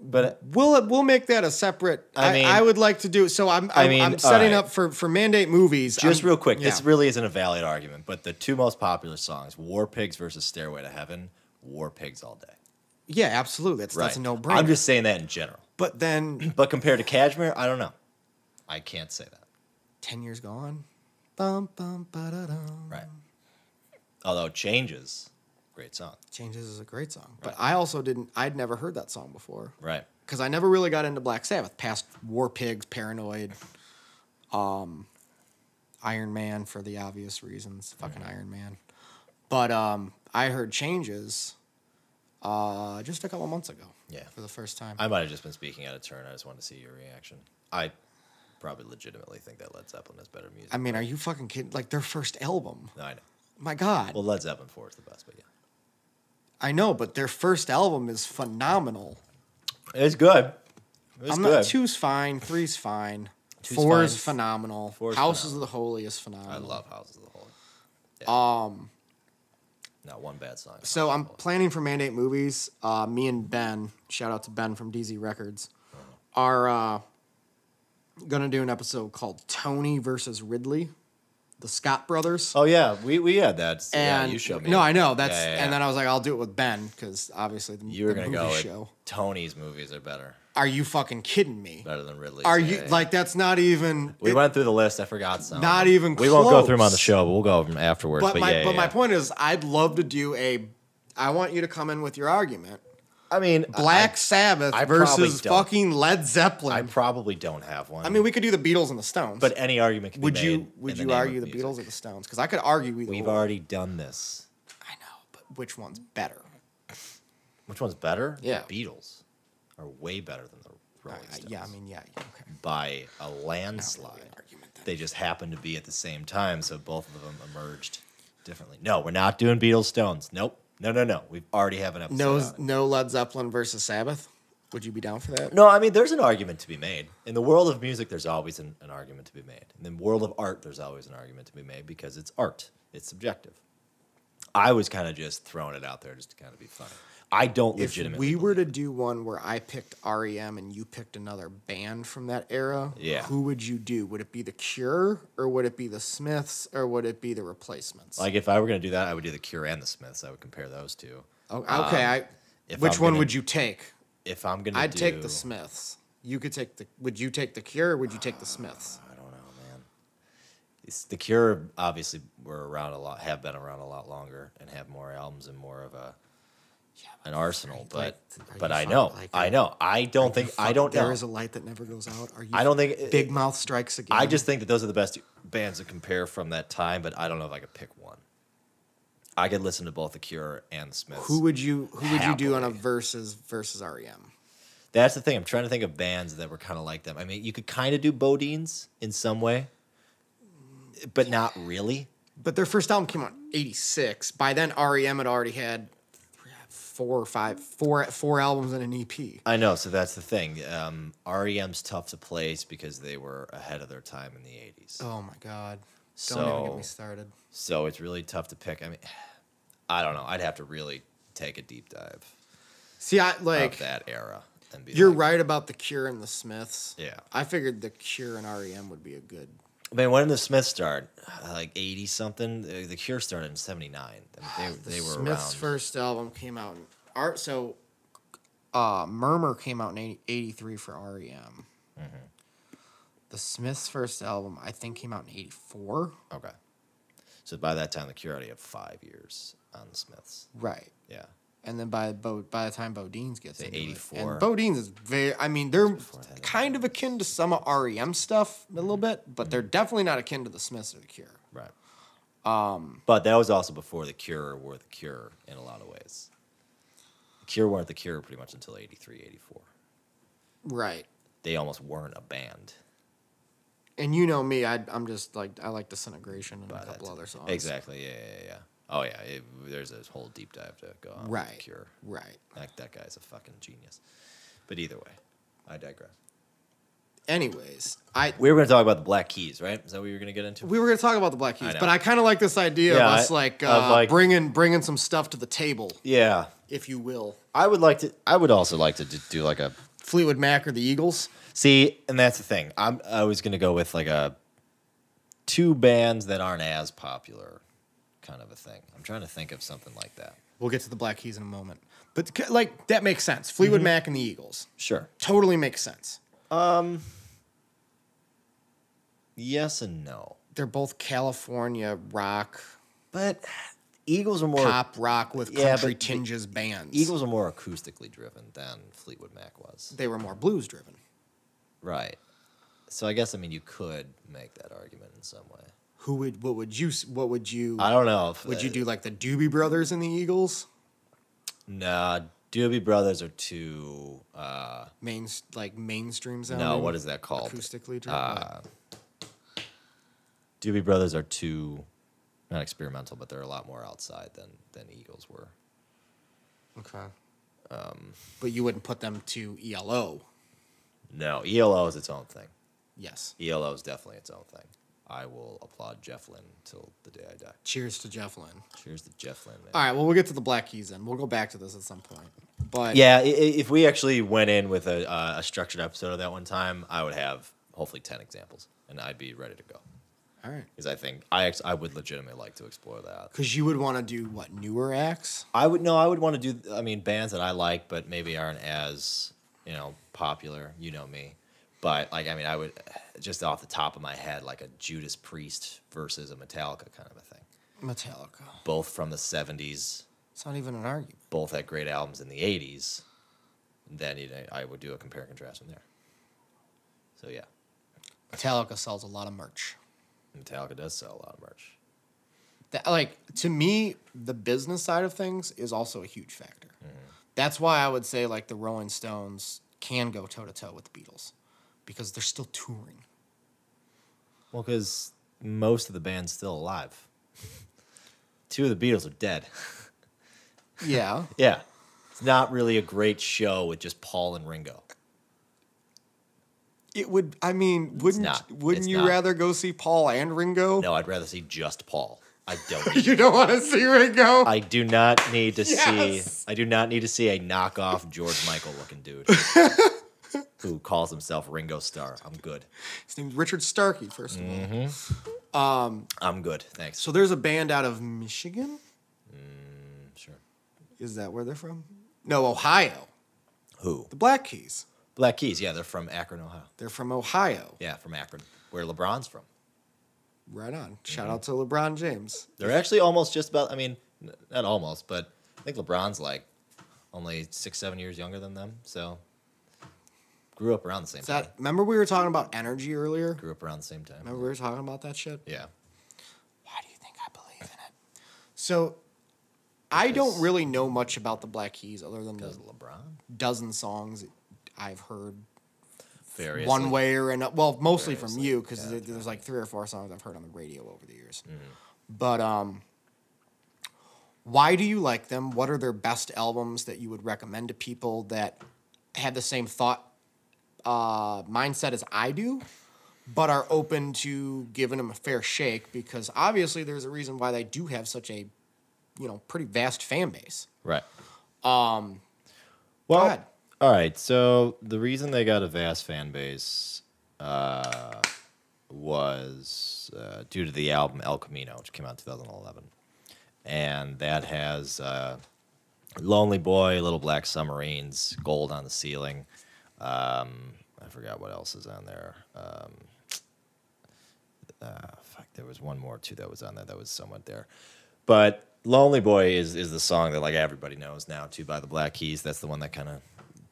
But uh,
We'll we'll make that a separate.
I
I,
mean-
I would like to do so. I'm I'm,
I mean,
I'm setting
all right.
up for for mandate movies.
just
I'm-
real quick,
Um, yeah.
this really isn't a valid argument, but the two most popular songs, "War Pigs" versus "Stairway to Heaven," "War Pigs" all day.
yeah, absolutely. That's that's a no brainer.
I'm just saying that in general.
but then
But compared to Cashmere, I don't know. I can't say that.
ten years gone. Bum, bum, ba-da-dum.
Right. Although changes, great song.
Changes is a great song, but I also didn't. I'd never heard that song before.
Right.
because I never really got into Black Sabbath past War Pigs, Paranoid, um, Iron Man for the obvious reasons, fucking Iron Man. But um, I heard changes uh, just a couple months ago.
Yeah.
for the first time.
I might have just been speaking out of turn. I just wanted to see your reaction. I probably legitimately think that Led Zeppelin has better music.
I mean, are you fucking kidding? Like their first album.
no, I know.
My God,
Well, Led Zeppelin 4 is the best, but yeah.
I know, but their first album is phenomenal.
It's good. It's
I'm
good.
not two's fine, three's fine,
Two's
four's
fine.
phenomenal,
Four's
Houses
phenomenal.
of the Holy is phenomenal.
I love Houses of the Holy. Um, not one bad song.
So
Houses
I'm
of the Holy.
planning for Mandate Movies. Uh, me and Ben, shout out to Ben from DZ Records, are uh, gonna do an episode called Tony versus Ridley, the Scott brothers.
Oh yeah, we we had that. yeah,
and
you showed me.
No,
that.
I know that's.
Yeah, yeah,
And
yeah.
then I was like, I'll do it with Ben because obviously the,
you were
the
gonna
movie
go. with
show.
Tony's movies are better,
Are you fucking kidding me?
better than Ridley's.
Are
Yeah,
you
yeah, yeah.
like that's not even?
We
it-
went through the list. I forgot some.
Not even
We won't go through them on the
close.
show, but we'll go over them afterwards. But,
but my
yeah,
but
yeah,
my
yeah.
point is, I'd love to do a. I want you to come in with your argument.
I mean, I-
Black Sabbath
I probably
versus
don't.
fucking Led Zeppelin.
I, I probably don't have one.
I mean, we could do the Beatles and the Stones.
but any argument can
would
be made
you
in
would
the
you
name
argue
of
the
music.
Beatles or the Stones? Because I could argue either.
We've
one.
already done this.
I know, but which one's better?
Which one's better?
Yeah.
the Beatles are way better than the Rolling
I- I-
Stones.
Uh, yeah, I mean, yeah, yeah, okay.
by a
Not really
landslide.
an argument then.
They just happened to be at the same time, so both of them emerged differently. No, we're not doing Beatles Stones. Nope. No, no, no. We already have an episode.
No,
on it.
no Led Zeppelin versus Sabbath. Would you be down for that?
No, I mean, there's an argument to be made. In the world of music, there's always an, an argument to be made. In the world of art, there's always an argument to be made because it's art, it's subjective. I was kind of just throwing it out there just to kind of be funny. I don't
If
legitimately.
we were to
believe-
do one where I picked REM and you picked another band from that era,
Yeah.
who would you do? Would it be the Cure or would it be the Smiths or would it be the Replacements?
Like, if I were going to do that, I would do The Cure and The Smiths. I would compare those two.
O- Oh, okay,
um,
I,
if
which
I'm
one
gonna-
would you take?
If I'm going to
I'd
do.
take the Smiths. You could take the. Would you take the Cure? or Would you take the Smiths?
I don't know, man. It's, the Cure obviously were around a lot, have been around a lot longer, and have more albums and more of a an arsenal.
like,
But
are you
but I
fuck-
know,
like,
I
are-
know, I don't think I don't
There
know.
is a light that never goes out. Are you?
I don't think-
Big Mouth strikes again.
I just think that those are the best bands to compare from that time. But I don't know if I could pick one. I could listen to both the Cure and the Smiths.
Who would you? Who would you do on a
Happily.
versus versus E REM?
That's the thing. I'm trying to think of bands that were kind of like them. I mean, you could kind of do Bodine's in some way, but not really.
But their first album came out in '86. By then, REM had already had four or five, four four albums and an E EP.
I know, so that's the thing. Um, REM's tough to place because they were ahead of their time in the '80s.
Oh my God! Don't even get me
So-
started.
So it's really tough to pick. I mean, I don't know. I'd have to really take a deep dive
See, I like.
of that era. And be
You're
like-
right about the Cure and the Smiths.
Yeah.
I figured the Cure and REM would be a good.
I mean, when did the Smiths start? Like '80 something. The the Cure started in '79. I mean,
The
they, they were
Smiths'
around.
first album came out in art. So, uh, Murmur came out in 80, 83 for REM.
Mm-hmm.
The Smiths' first album, I think, came out in 84.
Okay. So by that time, the Cure already had five years on the Smiths.
Right.
Yeah.
and then by Bo, by the time Bodines gets
Say
into it-
84.
and Bodines is very. I mean, they're
that,
kind of akin to some of REM stuff a
Mm-hmm.
little bit, but they're definitely not akin to the Smiths or the Cure.
Right. Um, but that was also before the Cure were the Cure in a lot of ways. The Cure weren't the Cure pretty much until 83, 84.
Right.
They almost weren't a band.
And you know me, I, I'm just like I like Disintegration and
by
a
that
couple
time.
other songs.
Exactly. Yeah, yeah, yeah. Oh yeah. It, there's this whole deep dive to go on. with The
Right.
Cure.
Right.
That that guy's a fucking genius. But either way, I digress.
Anyways, I
We were going to talk about the Black Keys, right? Is that what we were going to get into?
we were gonna talk about the Black Keys,
know.
but I kind of like this idea
Yeah,
of us
I-
like,
of,
uh,
like-
bringing bringing some stuff to the table,
yeah,
if you will.
I would like to. I would also like to d- do like a
Fleetwood Mac or the Eagles.
See, and that's the thing. I'm I was gonna go with like a two bands that aren't as popular kind of a thing. I'm trying to think of something like that.
We'll get to the Black Keys in a moment, but c- like that makes sense.
Mm-hmm.
Fleetwood Mac and the Eagles
Sure.
totally makes sense.
Yes and no.
They're both California rock,
But Eagles are more
pop rock with
Yeah,
country
but the
tinges bands.
Eagles are more acoustically driven than Fleetwood Mac was.
they were more blues driven.
Right. So I guess I mean you could make that argument in some way.
Who would what would you s- what would you
I don't know. If,
would you do like the Doobie Brothers and the Eagles?
Nah, Doobie Brothers are too. Uh,
Main like mainstream sounding.
no, what is that called? Uh,
acoustically driven? Like-
Doobie Brothers are too not experimental, but they're a lot more outside than than Eagles were.
Okay. Um, but you wouldn't put them to E ELO.
No, ELO E is its own thing.
Yes.
ELO is definitely its own thing. I will applaud Jeff Lynne till the day I die.
Cheers to Jeff Lynne.
Cheers to Jeff Lynne, man.
All right. Well, we'll get to the Black Keys then. We'll go back to this at some point. But
Yeah, i- i- if we actually went in with a, uh, a structured episode of that one time, I would have hopefully ten examples, and I'd be ready to go.
All right.
Because I think I ex- I would legitimately like to explore that.
Because you would want to do what newer acts?
I would no, I would want to do. I mean, bands that I like, but maybe aren't as you know popular. You know me, but like I mean, I would just off the top of my head, like a Judas Priest versus a Metallica kind of a thing.
Metallica.
Both from the '70s,
It's not even an argument.
both had great albums in the '80s. Then you know, I would do a compare and contrast from there. So yeah,
Metallica sells a lot of merch.
Metallica does sell a lot of merch.
That, like to me, the business side of things is also a huge factor. That's why I would say like the Rolling Stones can go toe to toe with the Beatles because they're still touring.
Well, because most of the band's still alive. Two of the Beatles are dead.
Yeah.
Yeah. It's not really a great show with just Paul and Ringo.
It would. I mean, wouldn't
not.
wouldn't
It's
you
not.
rather go see Paul and Ringo?
No, I'd rather see just Paul. I don't.
You don't want to see Ringo.
I do not need to
Yes!
see. I do not need to see a knockoff George Michael looking dude who calls himself Ringo Starr. I'm good.
His name's Richard Starkey. First of all,
Mm-hmm. I'm good. Thanks.
so there's a band out of Michigan.
Sure.
Is that where they're from? No, Ohio.
Who?
The Black Keys.
Black Keys. Yeah, they're from Akron, Ohio.
They're from Ohio.
Yeah, from Akron, where LeBron's from.
Right on. Shout
Mm-hmm.
out to LeBron James.
They're actually almost just about. I mean, n- not almost, but I think LeBron's like only six, seven years younger than them. So grew up around the same
Is
time.
that remember we were talking about energy earlier?
Grew up around the same time.
Remember we were talking about that shit?
Yeah.
Why do you think I believe in it? So I don't
Because-
really know much about the Black Keys other than the
Does LeBron?
dozen songs I've heard
Various.
one way or another. Well, mostly from
Variously,
you because there's like three or four songs I've heard on the radio over the years.
Mm-hmm.
But um, why do you like them? What are their best albums that you would recommend to people that have the same thought uh, mindset as I do, but are open to giving them a fair shake? Because obviously, there's a reason why they do have such a you know pretty vast fan base.
Right. Um. Well.
ahead.
All right. So the reason they got a vast fan base uh, was uh, due to the album El Camino, which came out in 2011, and that has uh, Lonely Boy, Little Black Submarines, Gold on the Ceiling. Um, I forgot what else is on there. Um, uh, fuck, there was one more too that was on there that was somewhat there, but Lonely Boy is is the song that like everybody knows now too by the Black Keys. That's the one that kind of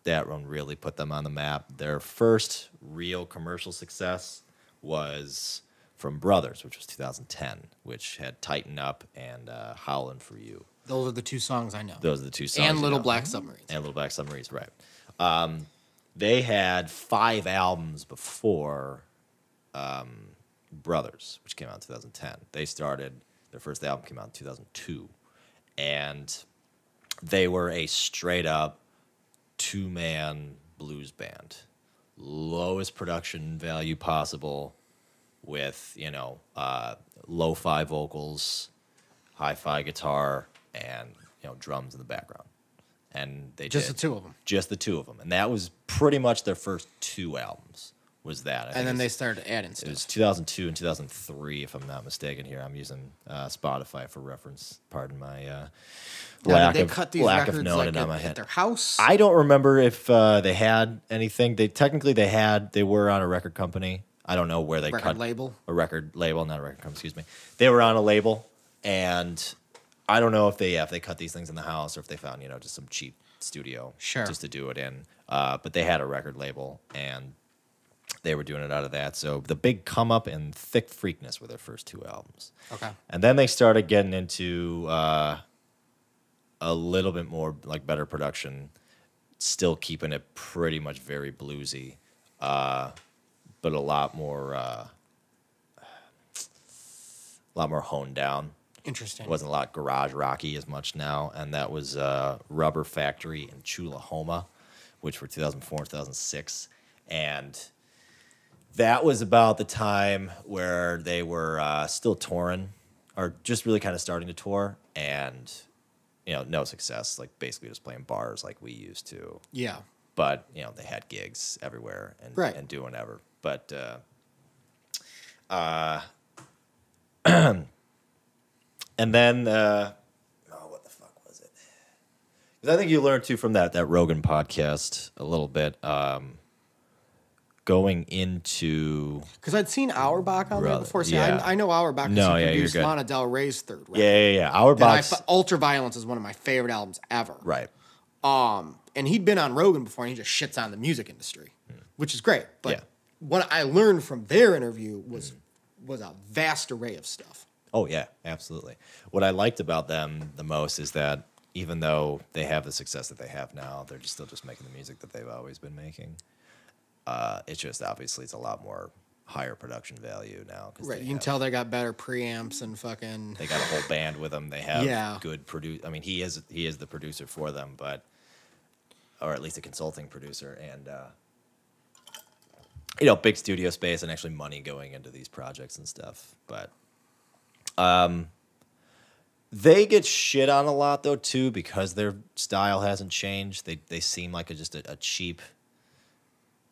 that one really put them on the map. Their first real commercial success was from Brothers, which was 2010, which had Tighten Up and uh, Howlin' for You.
Those are the two songs I know.
Those are the two songs.
and
you
Little
know. Mm-hmm.
Black Submarines.
and Little Black Submarines, right? Um, they had five albums before um, Brothers, which came out in 2010. They started their first album came out in 2002, and they were a straight up two man blues band, lowest production value possible, with you know uh, lo fi vocals, hi fi guitar, and you know drums in the background, and they
Just the
did-
two of them.
just the two of them, and that was pretty much their first two albums. Was that? I think
And then
it's-
they started adding
it was
stuff.
2002 and 2003, if I'm not mistaken. Here, I'm using uh, Spotify for reference. Pardon my uh,
Now,
lack
did they
of
cut these
lack
records
of knowing
like
it
at,
on my
at
head.
their house?
I don't remember if uh, they had anything. They technically they had they were on a record company. I don't know where they
Record
cut
label?
a record label, not a record company. Excuse me. They were on a label, and I don't know if they yeah, if they cut these things in the house or if they found you know just some cheap studio
Sure.
just to do it in. Uh, but they had a record label and they were doing it out of that. So the big come up and thick freakness were their first two albums.
okay.
And then they started getting into uh, a little bit more like better production, still keeping it pretty much very bluesy, uh, but a lot more, uh, a lot more honed down.
Interesting.
It wasn't a lot garage rocky as much now, and that was uh, Rubber Factory in Chulahoma, which were 2004 and 2006, and that was about the time where they were uh, still touring, or just really kind of starting to tour, and you know, no success, like basically just playing bars like we used to
yeah.
but you know they had gigs everywhere and
Right.
and doing ever. But uh, uh, and then uh, oh, what the fuck was it? 'Cause I think you learned too from that that Rogan podcast a little bit. Um, going into
Because I'd seen Auerbach on there
Brother,
before. See,
yeah.
I, I know Auerbach because
No,
he
yeah, you're
produced
good.
Lana Del Rey's third record.
yeah yeah yeah
And I,
Auerbach's
fi- Ultraviolence is one of my favorite albums ever.
right
Um, and he'd been on Rogan before, and he just shits on the music industry, which is great. But
Hmm. Yeah.
what I learned from their interview was was a vast array of stuff.
Oh yeah, absolutely. What I liked about them the most is that even though they have the success that they have now, they're just still just making the music that they've always been making. Uh, it's just obviously it's a lot more higher production value now. 'cause
Right,
they
you can
have-
tell they got better preamps and fucking.
they got a whole band with them. They have
Yeah.
good produce. I mean, he is he is the producer for them, but or at least a consulting producer, and uh, you know, big studio space and actually money going into these projects and stuff. But um, they get shit on a lot though too because their style hasn't changed. They they seem like a, just a, a cheap.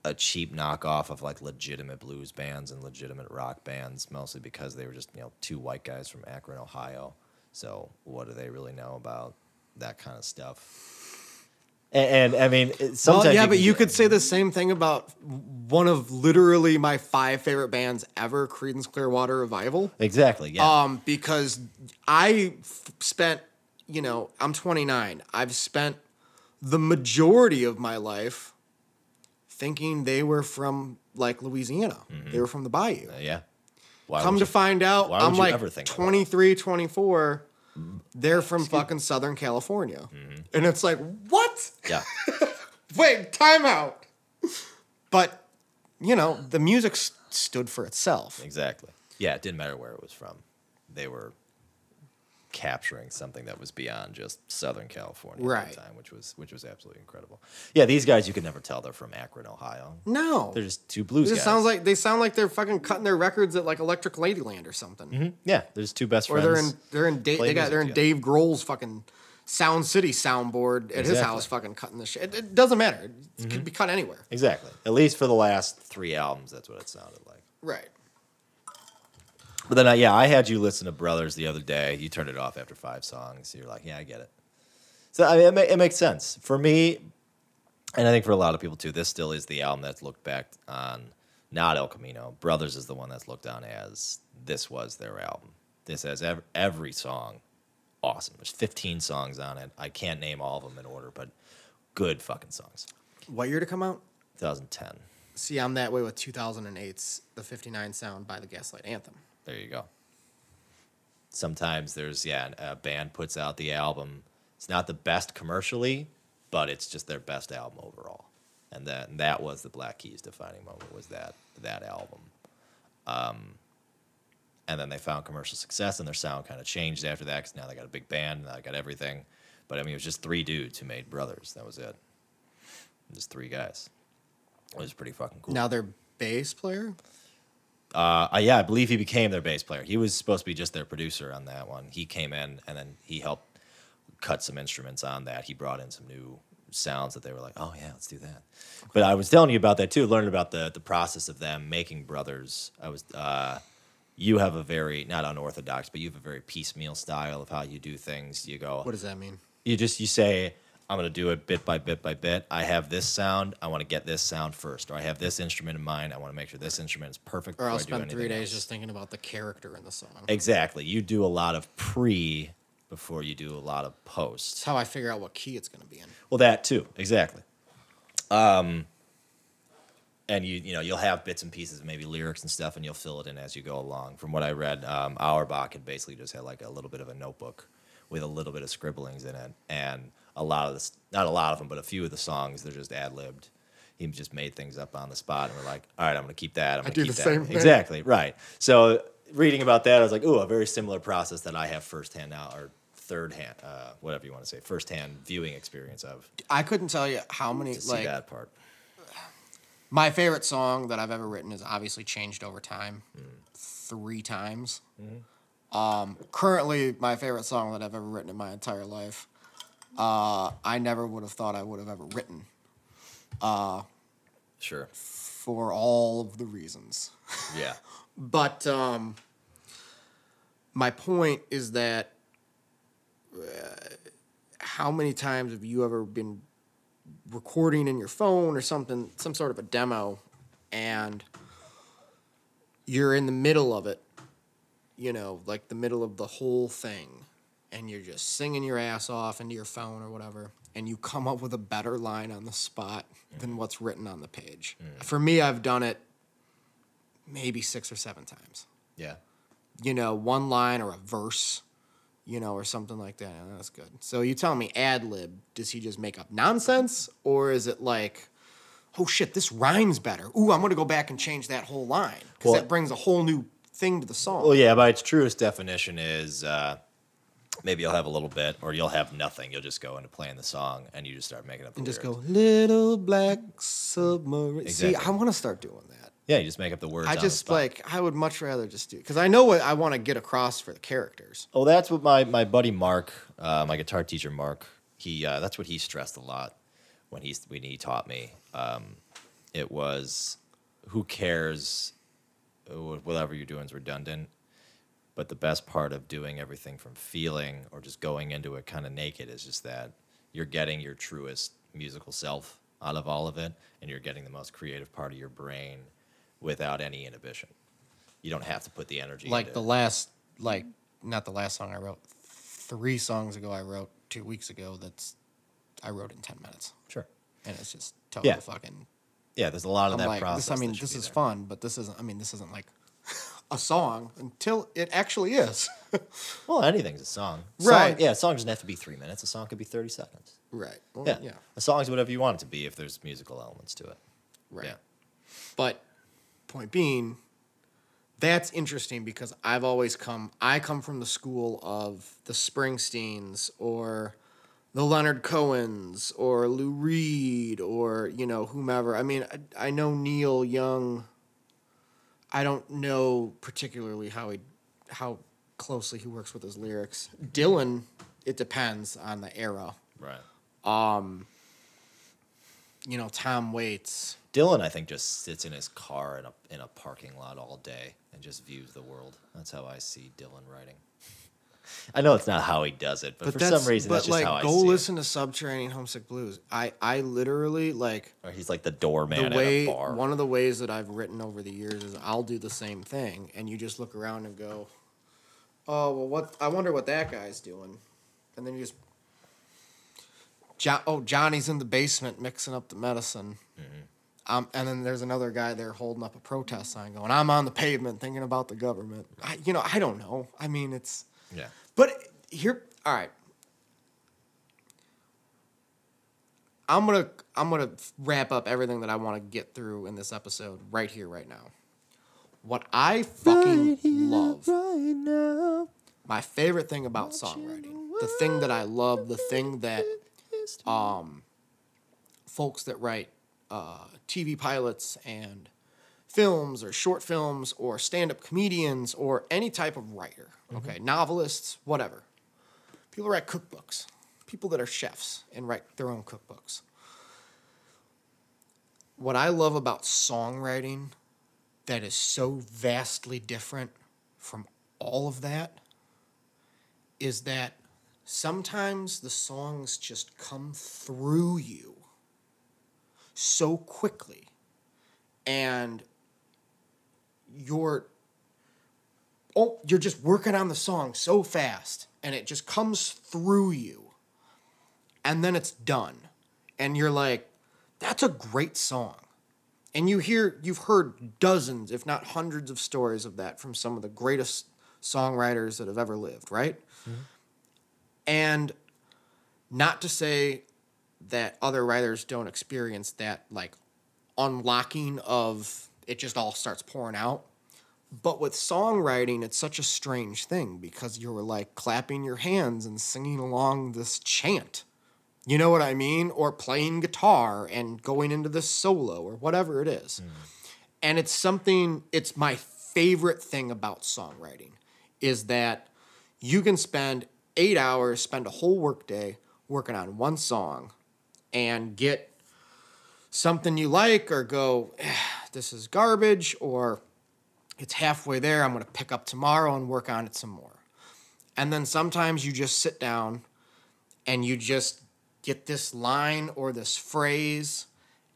A cheap knockoff of like legitimate blues bands and legitimate rock bands, mostly because they were just you know two white guys from Akron, Ohio. So what do they really know about that kind of stuff? And, and I mean, it- sometimes
well, yeah, but
can
you
get-
could say the same thing about one of literally my five favorite bands ever, Creedence Clearwater Revival.
Exactly. Yeah.
Um, because I f- spent, you know, I'm 29. I've spent the majority of my life thinking they were from like Louisiana. They were from the Bayou.
yeah. Why
Uh, Come
would
to
you-
find out,
Mm-hmm. why would
I'm
you ever
like
think that?
23, 24. They're from fucking Southern California.
Mm-hmm.
And it's like, what?
yeah.
Wait, timeout. But, you know, the music s stood for itself.
Exactly. Yeah. It didn't matter where it was from. They were capturing something that was beyond just Southern California at
Right.
the time, which was which was absolutely incredible. Yeah. These guys, you could never tell they're from Akron, Ohio.
No.
They're just two blues
It just
guys.
sounds like they sound like they're fucking cutting their records at like Electric Ladyland or something.
yeah. There's two best
Or
friends.
they're in they're in da-
play
they got they're in
music
Dave Grohl's fucking Sound City soundboard at his
Exactly.
house fucking cutting the shit. It, it doesn't matter. It could be cut anywhere.
exactly. At least for the last three albums, that's what it sounded like.
Right.
But then, I, yeah, I had you listen to Brothers the other day. You turned it off after five songs. You're like, yeah, I get it. So I mean, it, ma- it makes sense for me, and I think for a lot of people too. This still is the album that's looked back on. Not El Camino. Brothers is the one that's looked on as this was their album. This has ev- every song awesome. There's 15 songs on it. I can't name all of them in order, but good fucking songs.
What year to come out?
2010.
See, I'm that way with 2008's The 59 Sound by the Gaslight Anthem.
There you go. Sometimes there's yeah, a band puts out the album. It's not the best commercially, but it's just their best album overall. And that and that was the Black Keys' defining moment. Was that that album? Um, and then they found commercial success, and their sound kind of changed after that because now they got a big band, and now they got everything. But I mean, it was just three dudes who made Brothers. That was it. Just three guys. It was pretty fucking cool.
Now their bass player?
Uh, yeah, I believe he became their bass player. He was supposed to be just their producer on that one. He came in and then he helped cut some instruments on that. He brought in some new sounds that they were like, oh yeah, let's do that. But I was telling you about that too, learning about the the process of them making brothers. I was uh, you have a very not unorthodox, but you have a very piecemeal style of how you do things. You go
What does that mean?
you just you say i'm going to do it bit by bit by bit i have this sound i want to get this sound first or i have this instrument in mind i want to make sure this instrument is perfect
Or I'll
before I do
spend three
anything
days
else."
just thinking about the character in the song.
exactly you do a lot of pre before you do a lot of
It's
post
how I figure out what key it's going to be in.
well that too exactly um and you you know you'll have bits and pieces of maybe lyrics and stuff and you'll fill it in as you go along from what i read um auerbach had basically just had like a little bit of a notebook with a little bit of scribblings in it and a lot of this not a lot of them but a few of the songs they're just ad-libbed he just made things up on the spot and we're like all right i'm gonna keep that i'm gonna
do
keep
the
that
same thing.
exactly right so reading about that i was like oh a very similar process that i have firsthand now or third hand uh, whatever you want to say firsthand viewing experience of
I couldn't tell you how many,
to see
like,
that part
my favorite song that I've ever written is obviously changed over time
Hmm.
three times.
Mm-hmm.
Um, currently, my favorite song that I've ever written in my entire life, uh, I never would have thought I would have ever written
sure
for all of the reasons.
yeah
But um, my point is that uh, how many times have you ever been recording in your phone or something, some sort of a demo, and you're in the middle of it, you know, like the middle of the whole thing, and you're just singing your ass off into your phone or whatever, and you come up with a better line on the spot than what's written on the page. For me, I've done it maybe six or seven times.
yeah
You know, one line or a verse, you know, or something like that. Yeah, that's good. So you tell me ad lib, does he just make up nonsense? Or is it like, oh shit, this rhymes better. Ooh, I'm gonna go back and change that whole line. Because
Well-
that brings a whole new thing to the song.
well yeah by its truest definition is uh, maybe you'll have a little bit or you'll have nothing you'll just go into playing the song and you just start making up the
and just
lyrics.
go, little black submarine. See,
Exactly.
I wanna start doing that.
yeah you just make up the words
I
on the
just
spot.
like I would much rather just do because I know what I want to get across for the characters.
Oh, that's what my my buddy Mark, uh, my guitar teacher Mark. He uh, that's what he stressed a lot when he when he taught me. Um, it was who cares, wh- whatever you're doing is redundant. But the best part of doing everything from feeling or just going into it kind of naked is just that you're getting your truest musical self out of all of it, and you're getting the most creative part of your brain without any inhibition. You don't have to put the energy
like
into
the last like not the last song I wrote. Three songs ago I wrote two weeks ago that's I wrote in ten minutes.
sure.
And it's just total
Yeah.
fucking
Yeah, there's a lot of
I'm
that
like
process.
this I mean,
that should
this
be
is
there.
fun, but this isn't I mean, this isn't like a song until it actually is.
Well, anything's a song.
Right.
Song, yeah, a song doesn't have to be three minutes. A song could be 30 seconds.
right. Well,
Yeah.
yeah.
A song's whatever you want it to be if there's musical elements to it.
Right.
Yeah.
But point being, that's interesting because I've always come, I come from the school of the Springsteens or the Leonard Cohens or Lou Reed or, you know, whomever. I mean, I, I know Neil Young. I don't know particularly how he, how closely he works with his lyrics. Dylan, it depends on the era.
Right.
You know, Tom Waits.
Dylan, I think, just sits in his car in a, in a parking lot all day and just views the world. That's how I see Dylan writing. I know it's not how he does it, but, for some
that's-
reason,
but
that's just
like,
how I
go
see
listen to Subterranean Homesick Blues. I I literally like
it. Or he's like the doorman
the way
at a bar.
one of the ways that I've written over the years is I'll do the same thing, and you just look around and go, oh well, what I wonder what that guy's doing. and then you just jo- oh Johnny's in the basement mixing up the medicine.
Mm-hmm.
Um, and then there's another guy there holding up a protest sign, going, "I'm on the pavement, thinking about the government." I, you know, I don't know. I mean, it's
Yeah.
but here, all right. I'm gonna I'm gonna wrap up everything that I want to get through in this episode right here, right now. What I fucking love
Right now.
my favorite thing about songwriting, the thing that I love, the thing that um, folks that write uh, TV pilots and films or short films or stand up comedians or any type of writer, okay, novelists, whatever. People write cookbooks, people that are chefs and write their own cookbooks. What I love about songwriting that is so vastly different from all of that is that sometimes the songs just come through you so quickly and you're oh you're just working on the song so fast and it just comes through you and then it's done and you're like that's a great song and you hear you've heard dozens if not hundreds of stories of that from some of the greatest songwriters that have ever lived right and not to say that other writers don't experience that like unlocking of it just all starts pouring out. But with songwriting, it's such a strange thing because you're like clapping your hands and singing along this chant. You know what I mean? Or playing guitar and going into this solo or whatever it is. And it's something, it's my favorite thing about songwriting is that you can spend eight hours, spend a whole workday working on one song and get something you like or go, "Eh, this is garbage or it's halfway there. I'm going to pick up tomorrow and work on it some more. And then sometimes you just sit down and you just get this line or this phrase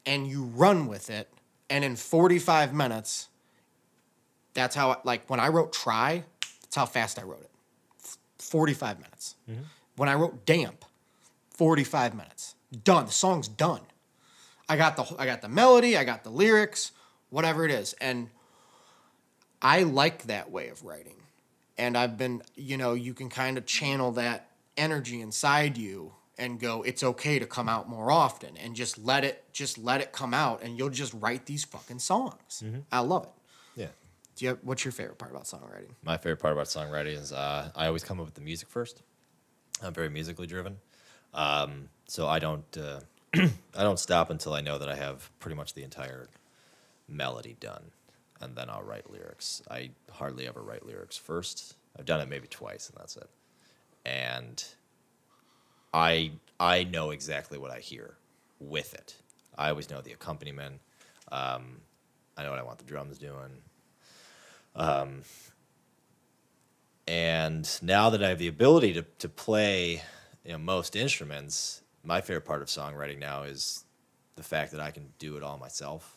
and you run with it. And in 45 minutes, that's how, like, when I wrote Try, that's how fast I wrote it F- 45 minutes. When I wrote Damp, 45 minutes. Done. The song's done. I got the I got the melody, I got the lyrics, whatever it is. And I like that way of writing. And I've been, you know, you can kind of channel that energy inside you and go, it's okay to come out more often and just let it just let it come out and you'll just write these fucking songs.
Mm-hmm.
I love it.
Yeah.
Do you have, what's your favorite part about songwriting?
My favorite part about songwriting is uh, I always come up with the music first. I'm very musically driven, um, so I don't uh, I don't stop until I know that I have pretty much the entire melody done, and then I'll write lyrics. I hardly ever write lyrics first. I've done it maybe twice, and that's it. And I I know exactly what I hear with it. I always know the accompaniment. Um, I know what I want the drums doing. and now that I have the ability to to play you know, most instruments, my favorite part of songwriting now is the fact that I can do it all myself.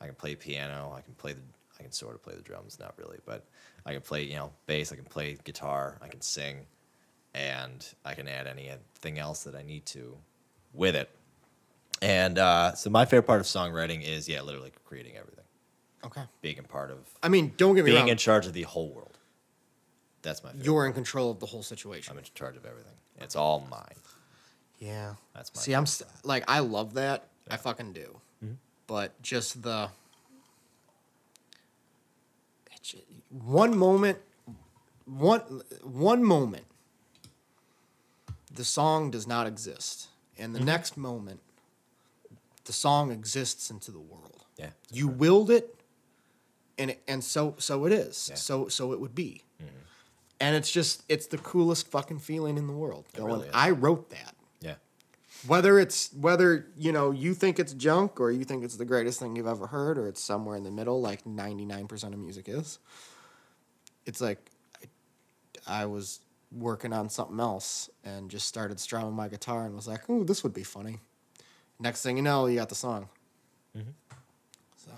I can play piano, I can play the I can sort of play the drums, not really, but I can play, you know, bass, I can play guitar, I can sing, and I can add anything else that I need to with it. And uh, so my favorite part of songwriting is yeah, literally creating everything,
Okay.
being a part of
I mean, don't get me
being
wrong.
in charge of the whole world. That's my favorite.
you're in control of the whole situation.
I'm in charge of everything. It's all mine.
Yeah.
That's my Mm-hmm.
See, I'm st- like I love that. I fucking do. But just the It's ju- one moment one one moment the song does not exist and
Mm-hmm.
the next moment the song exists into the world.
Yeah.
You willed it and it, and so so it is.
Yeah. Mm-hmm.
So so it would be. And it's just it's the coolest fucking feeling in the world. Going,
really is.
I wrote that
Yeah.
whether it's whether you know you think it's junk or you think it's the greatest thing you've ever heard or it's somewhere in the middle like 99% of music is it's like I, I was working on something else and just started strumming my guitar and was like ooh this would be funny next thing you know you got the song so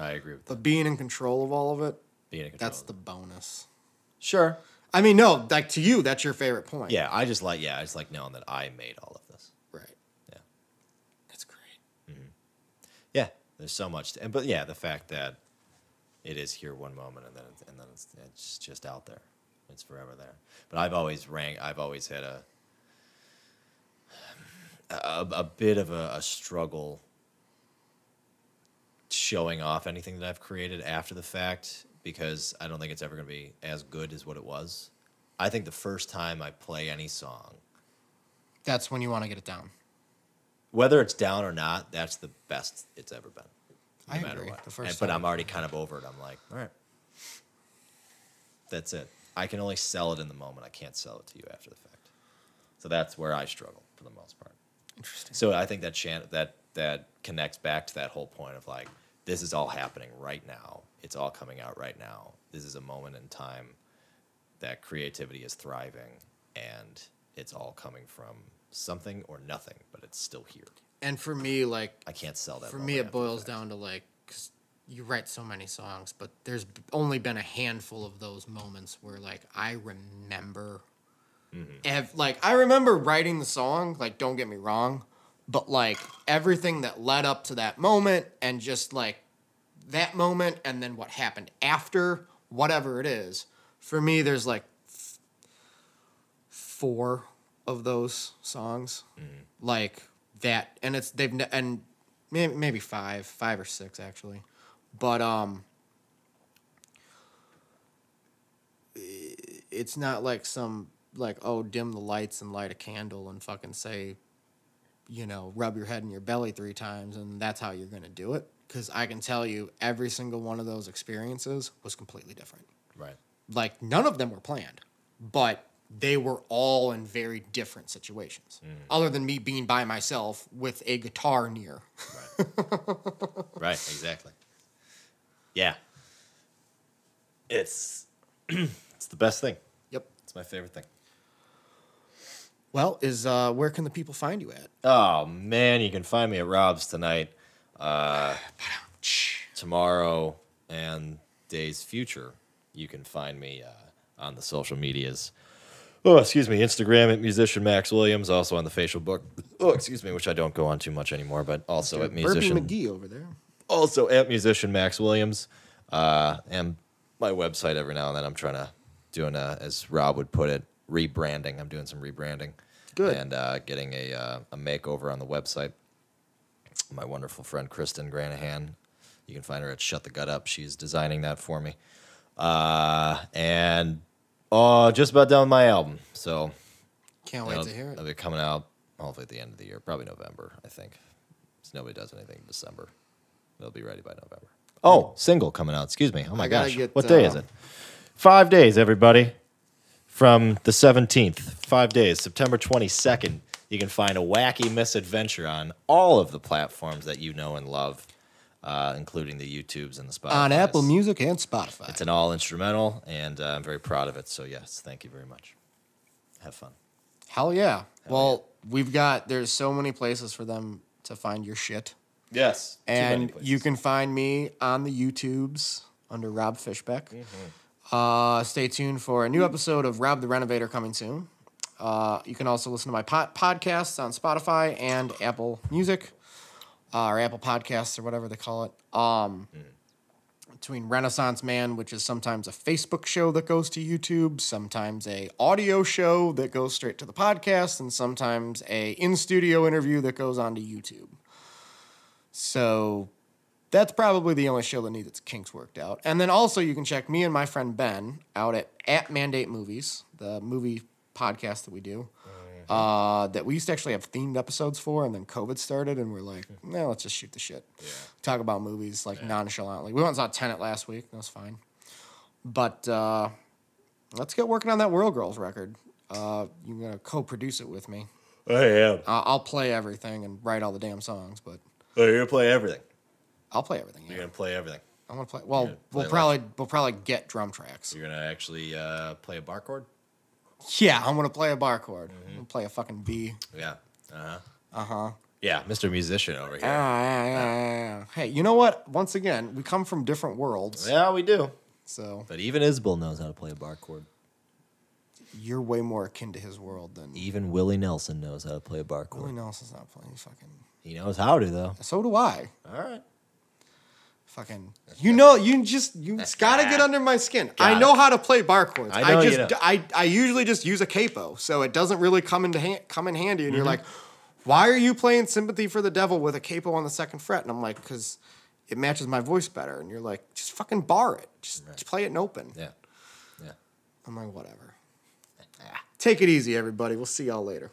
I agree with that.
but being in control of all of it
Being in control.
that's the bonus
sure.
I mean, no, like to you, that's your favorite point.
Yeah, I just like yeah, I just like knowing that I made all of this.
Right.
Yeah.
That's great.
Yeah, there's so much, to, and but yeah, the fact that it is here one moment and then it's, and then it's, it's just out there, it's forever there. But I've always rang. I've always had a a, a bit of a, a struggle showing off anything that I've created after the fact because I don't think it's ever going to be as good as what it was. I think the first time I play any song,
That's when you want to get it down.
whether it's down or not, that's the best it's ever been. No
I
matter
agree.
what.
The first
And- but
time.
I'm already kind of over it. I'm like, all right. That's it. I can only sell it in the moment. I can't sell it to you after the fact. So that's where I struggle for the most part.
Interesting.
So I think that chan- that that connects back to that whole point of like this is all happening right now. It's all coming out right now. This is a moment in time that creativity is thriving and it's all coming from something or nothing, but it's still here.
And for me, like
I can't sell that.
for me,
moment
it
after the
boils
fact.
down to like 'cause you write so many songs, but there's b- only been a handful of those moments where like I remember, ev- like I remember writing the song. Like, don't get me wrong, but like everything that led up to that moment, and just like that moment, and then what happened after, whatever it is. For me, there's like f- four of those songs like that and it's they've ne- and maybe, maybe five five or six actually but um i- it's not like some like oh dim the lights and light a candle and fucking say you know rub your head in your belly three times and that's how you're gonna do it because i can tell you every single one of those experiences was completely different
right.
like none of them were planned, but they were all in very different situations. Other than me being by myself with a guitar near.
Right, exactly. Yeah. It's it's the best thing.
Yep.
It's my favorite thing.
Well, is uh, where can the people find you at?
Oh man, you can find me at Rob's tonight, tomorrow, and days future. You can find me uh, on the social medias. Oh, excuse me, Instagram at musician Max Williams, also on the facial book. Oh, excuse me, which I don't go on too much anymore, but also at musician.
McGee over there.
also at musician Max Williams, uh, and my website every now and then. I'm trying to doing a, uh, as Rob would put it, rebranding. I'm doing some rebranding,
Good.
and uh, getting a uh, a makeover on the website. My wonderful friend Kristen Granahan, you can find her at Shut the Gut Up. She's designing that for me, uh, and uh, just about done with my album. So
Can't wait
That'll-
to hear it.
That'll be coming out hopefully at the end of the year, probably November, I think. Since nobody does anything in December, they'll be ready by November. Oh, single coming out. Excuse me. Oh my
I gotta
gosh.
get,
what day
uh,
is it? Five days, everybody. From the 17th, five days, September 22nd, you can find a wacky misadventure on all of the platforms that you know and love, uh, including the YouTubes and the Spotify.
On Apple Music and Spotify.
It's an all instrumental, and uh, I'm very proud of it. So, yes, thank you very much. Have fun.
Hell yeah. well, we've got, there's so many places for them to find your shit.
Yes. too many
And you
places.
can find me on the YouTubes under Rob Fishbeck.
Mm-hmm.
Uh, stay tuned for a new episode of Rob the Renovator coming soon. Uh, you can also listen to my po- podcasts on Spotify and Apple Music uh, or Apple Podcasts or whatever they call it. Um,
Mm.
Between Renaissance Man, which is sometimes a Facebook show that goes to YouTube, sometimes a audio show that goes straight to the podcast, and sometimes a in studio interview that goes onto YouTube. So that's probably the only show that needs its kinks worked out. And then also you can check me and my friend Ben out at, at Mandate Movies, the movie podcast that we do. Uh, that we used to actually have themed episodes for, and then COVID started, and we're like, no, let's just shoot the shit. Talk about movies like nonchalantly. We went and saw Tenet last week, that was fine. But uh, let's get working on that World Girls record. Uh, you're gonna co-produce it with me.
I am.
I I'll play everything and write all the damn songs, but
Oh, you're gonna play everything.
I'll play everything. Yeah.
You're gonna play everything.
I want to play. Well,
Yeah, play
we'll
like-
probably we'll probably get drum tracks.
You're gonna actually uh, play a bar chord.
Yeah, I'm gonna play a bar chord.
Mm-hmm.
I'm gonna play a fucking B.
Yeah. Uh huh. Uh huh. Yeah, Mr. Musician over here.
Ah, yeah, yeah, yeah, yeah. Hey, you know what? Once again, we come from different worlds,
yeah, we do.
so
But even Isbel knows how to play a bar chord.
you're way more akin to his world than
Even Willie Nelson knows how to play a bar
Willie
chord.
Nelson's not playing fucking.
He knows how to though.
So do I.
All right.
Fucking, you know, you just you it's gotta get under my skin. I
Got
know
it.
how to play bar chords.
I
I,
know you
just
know.
I I usually just use a capo, so it doesn't really come into hand, come in handy. And you're
Mm-hmm.
like, why are you playing "Sympathy for the Devil" with a capo on the second fret? And I'm like, because it matches my voice better. And you're like, just fucking bar it, just, just play it in open.
Yeah. Yeah.
I'm like, whatever. Take it easy, everybody. We'll see y'all later.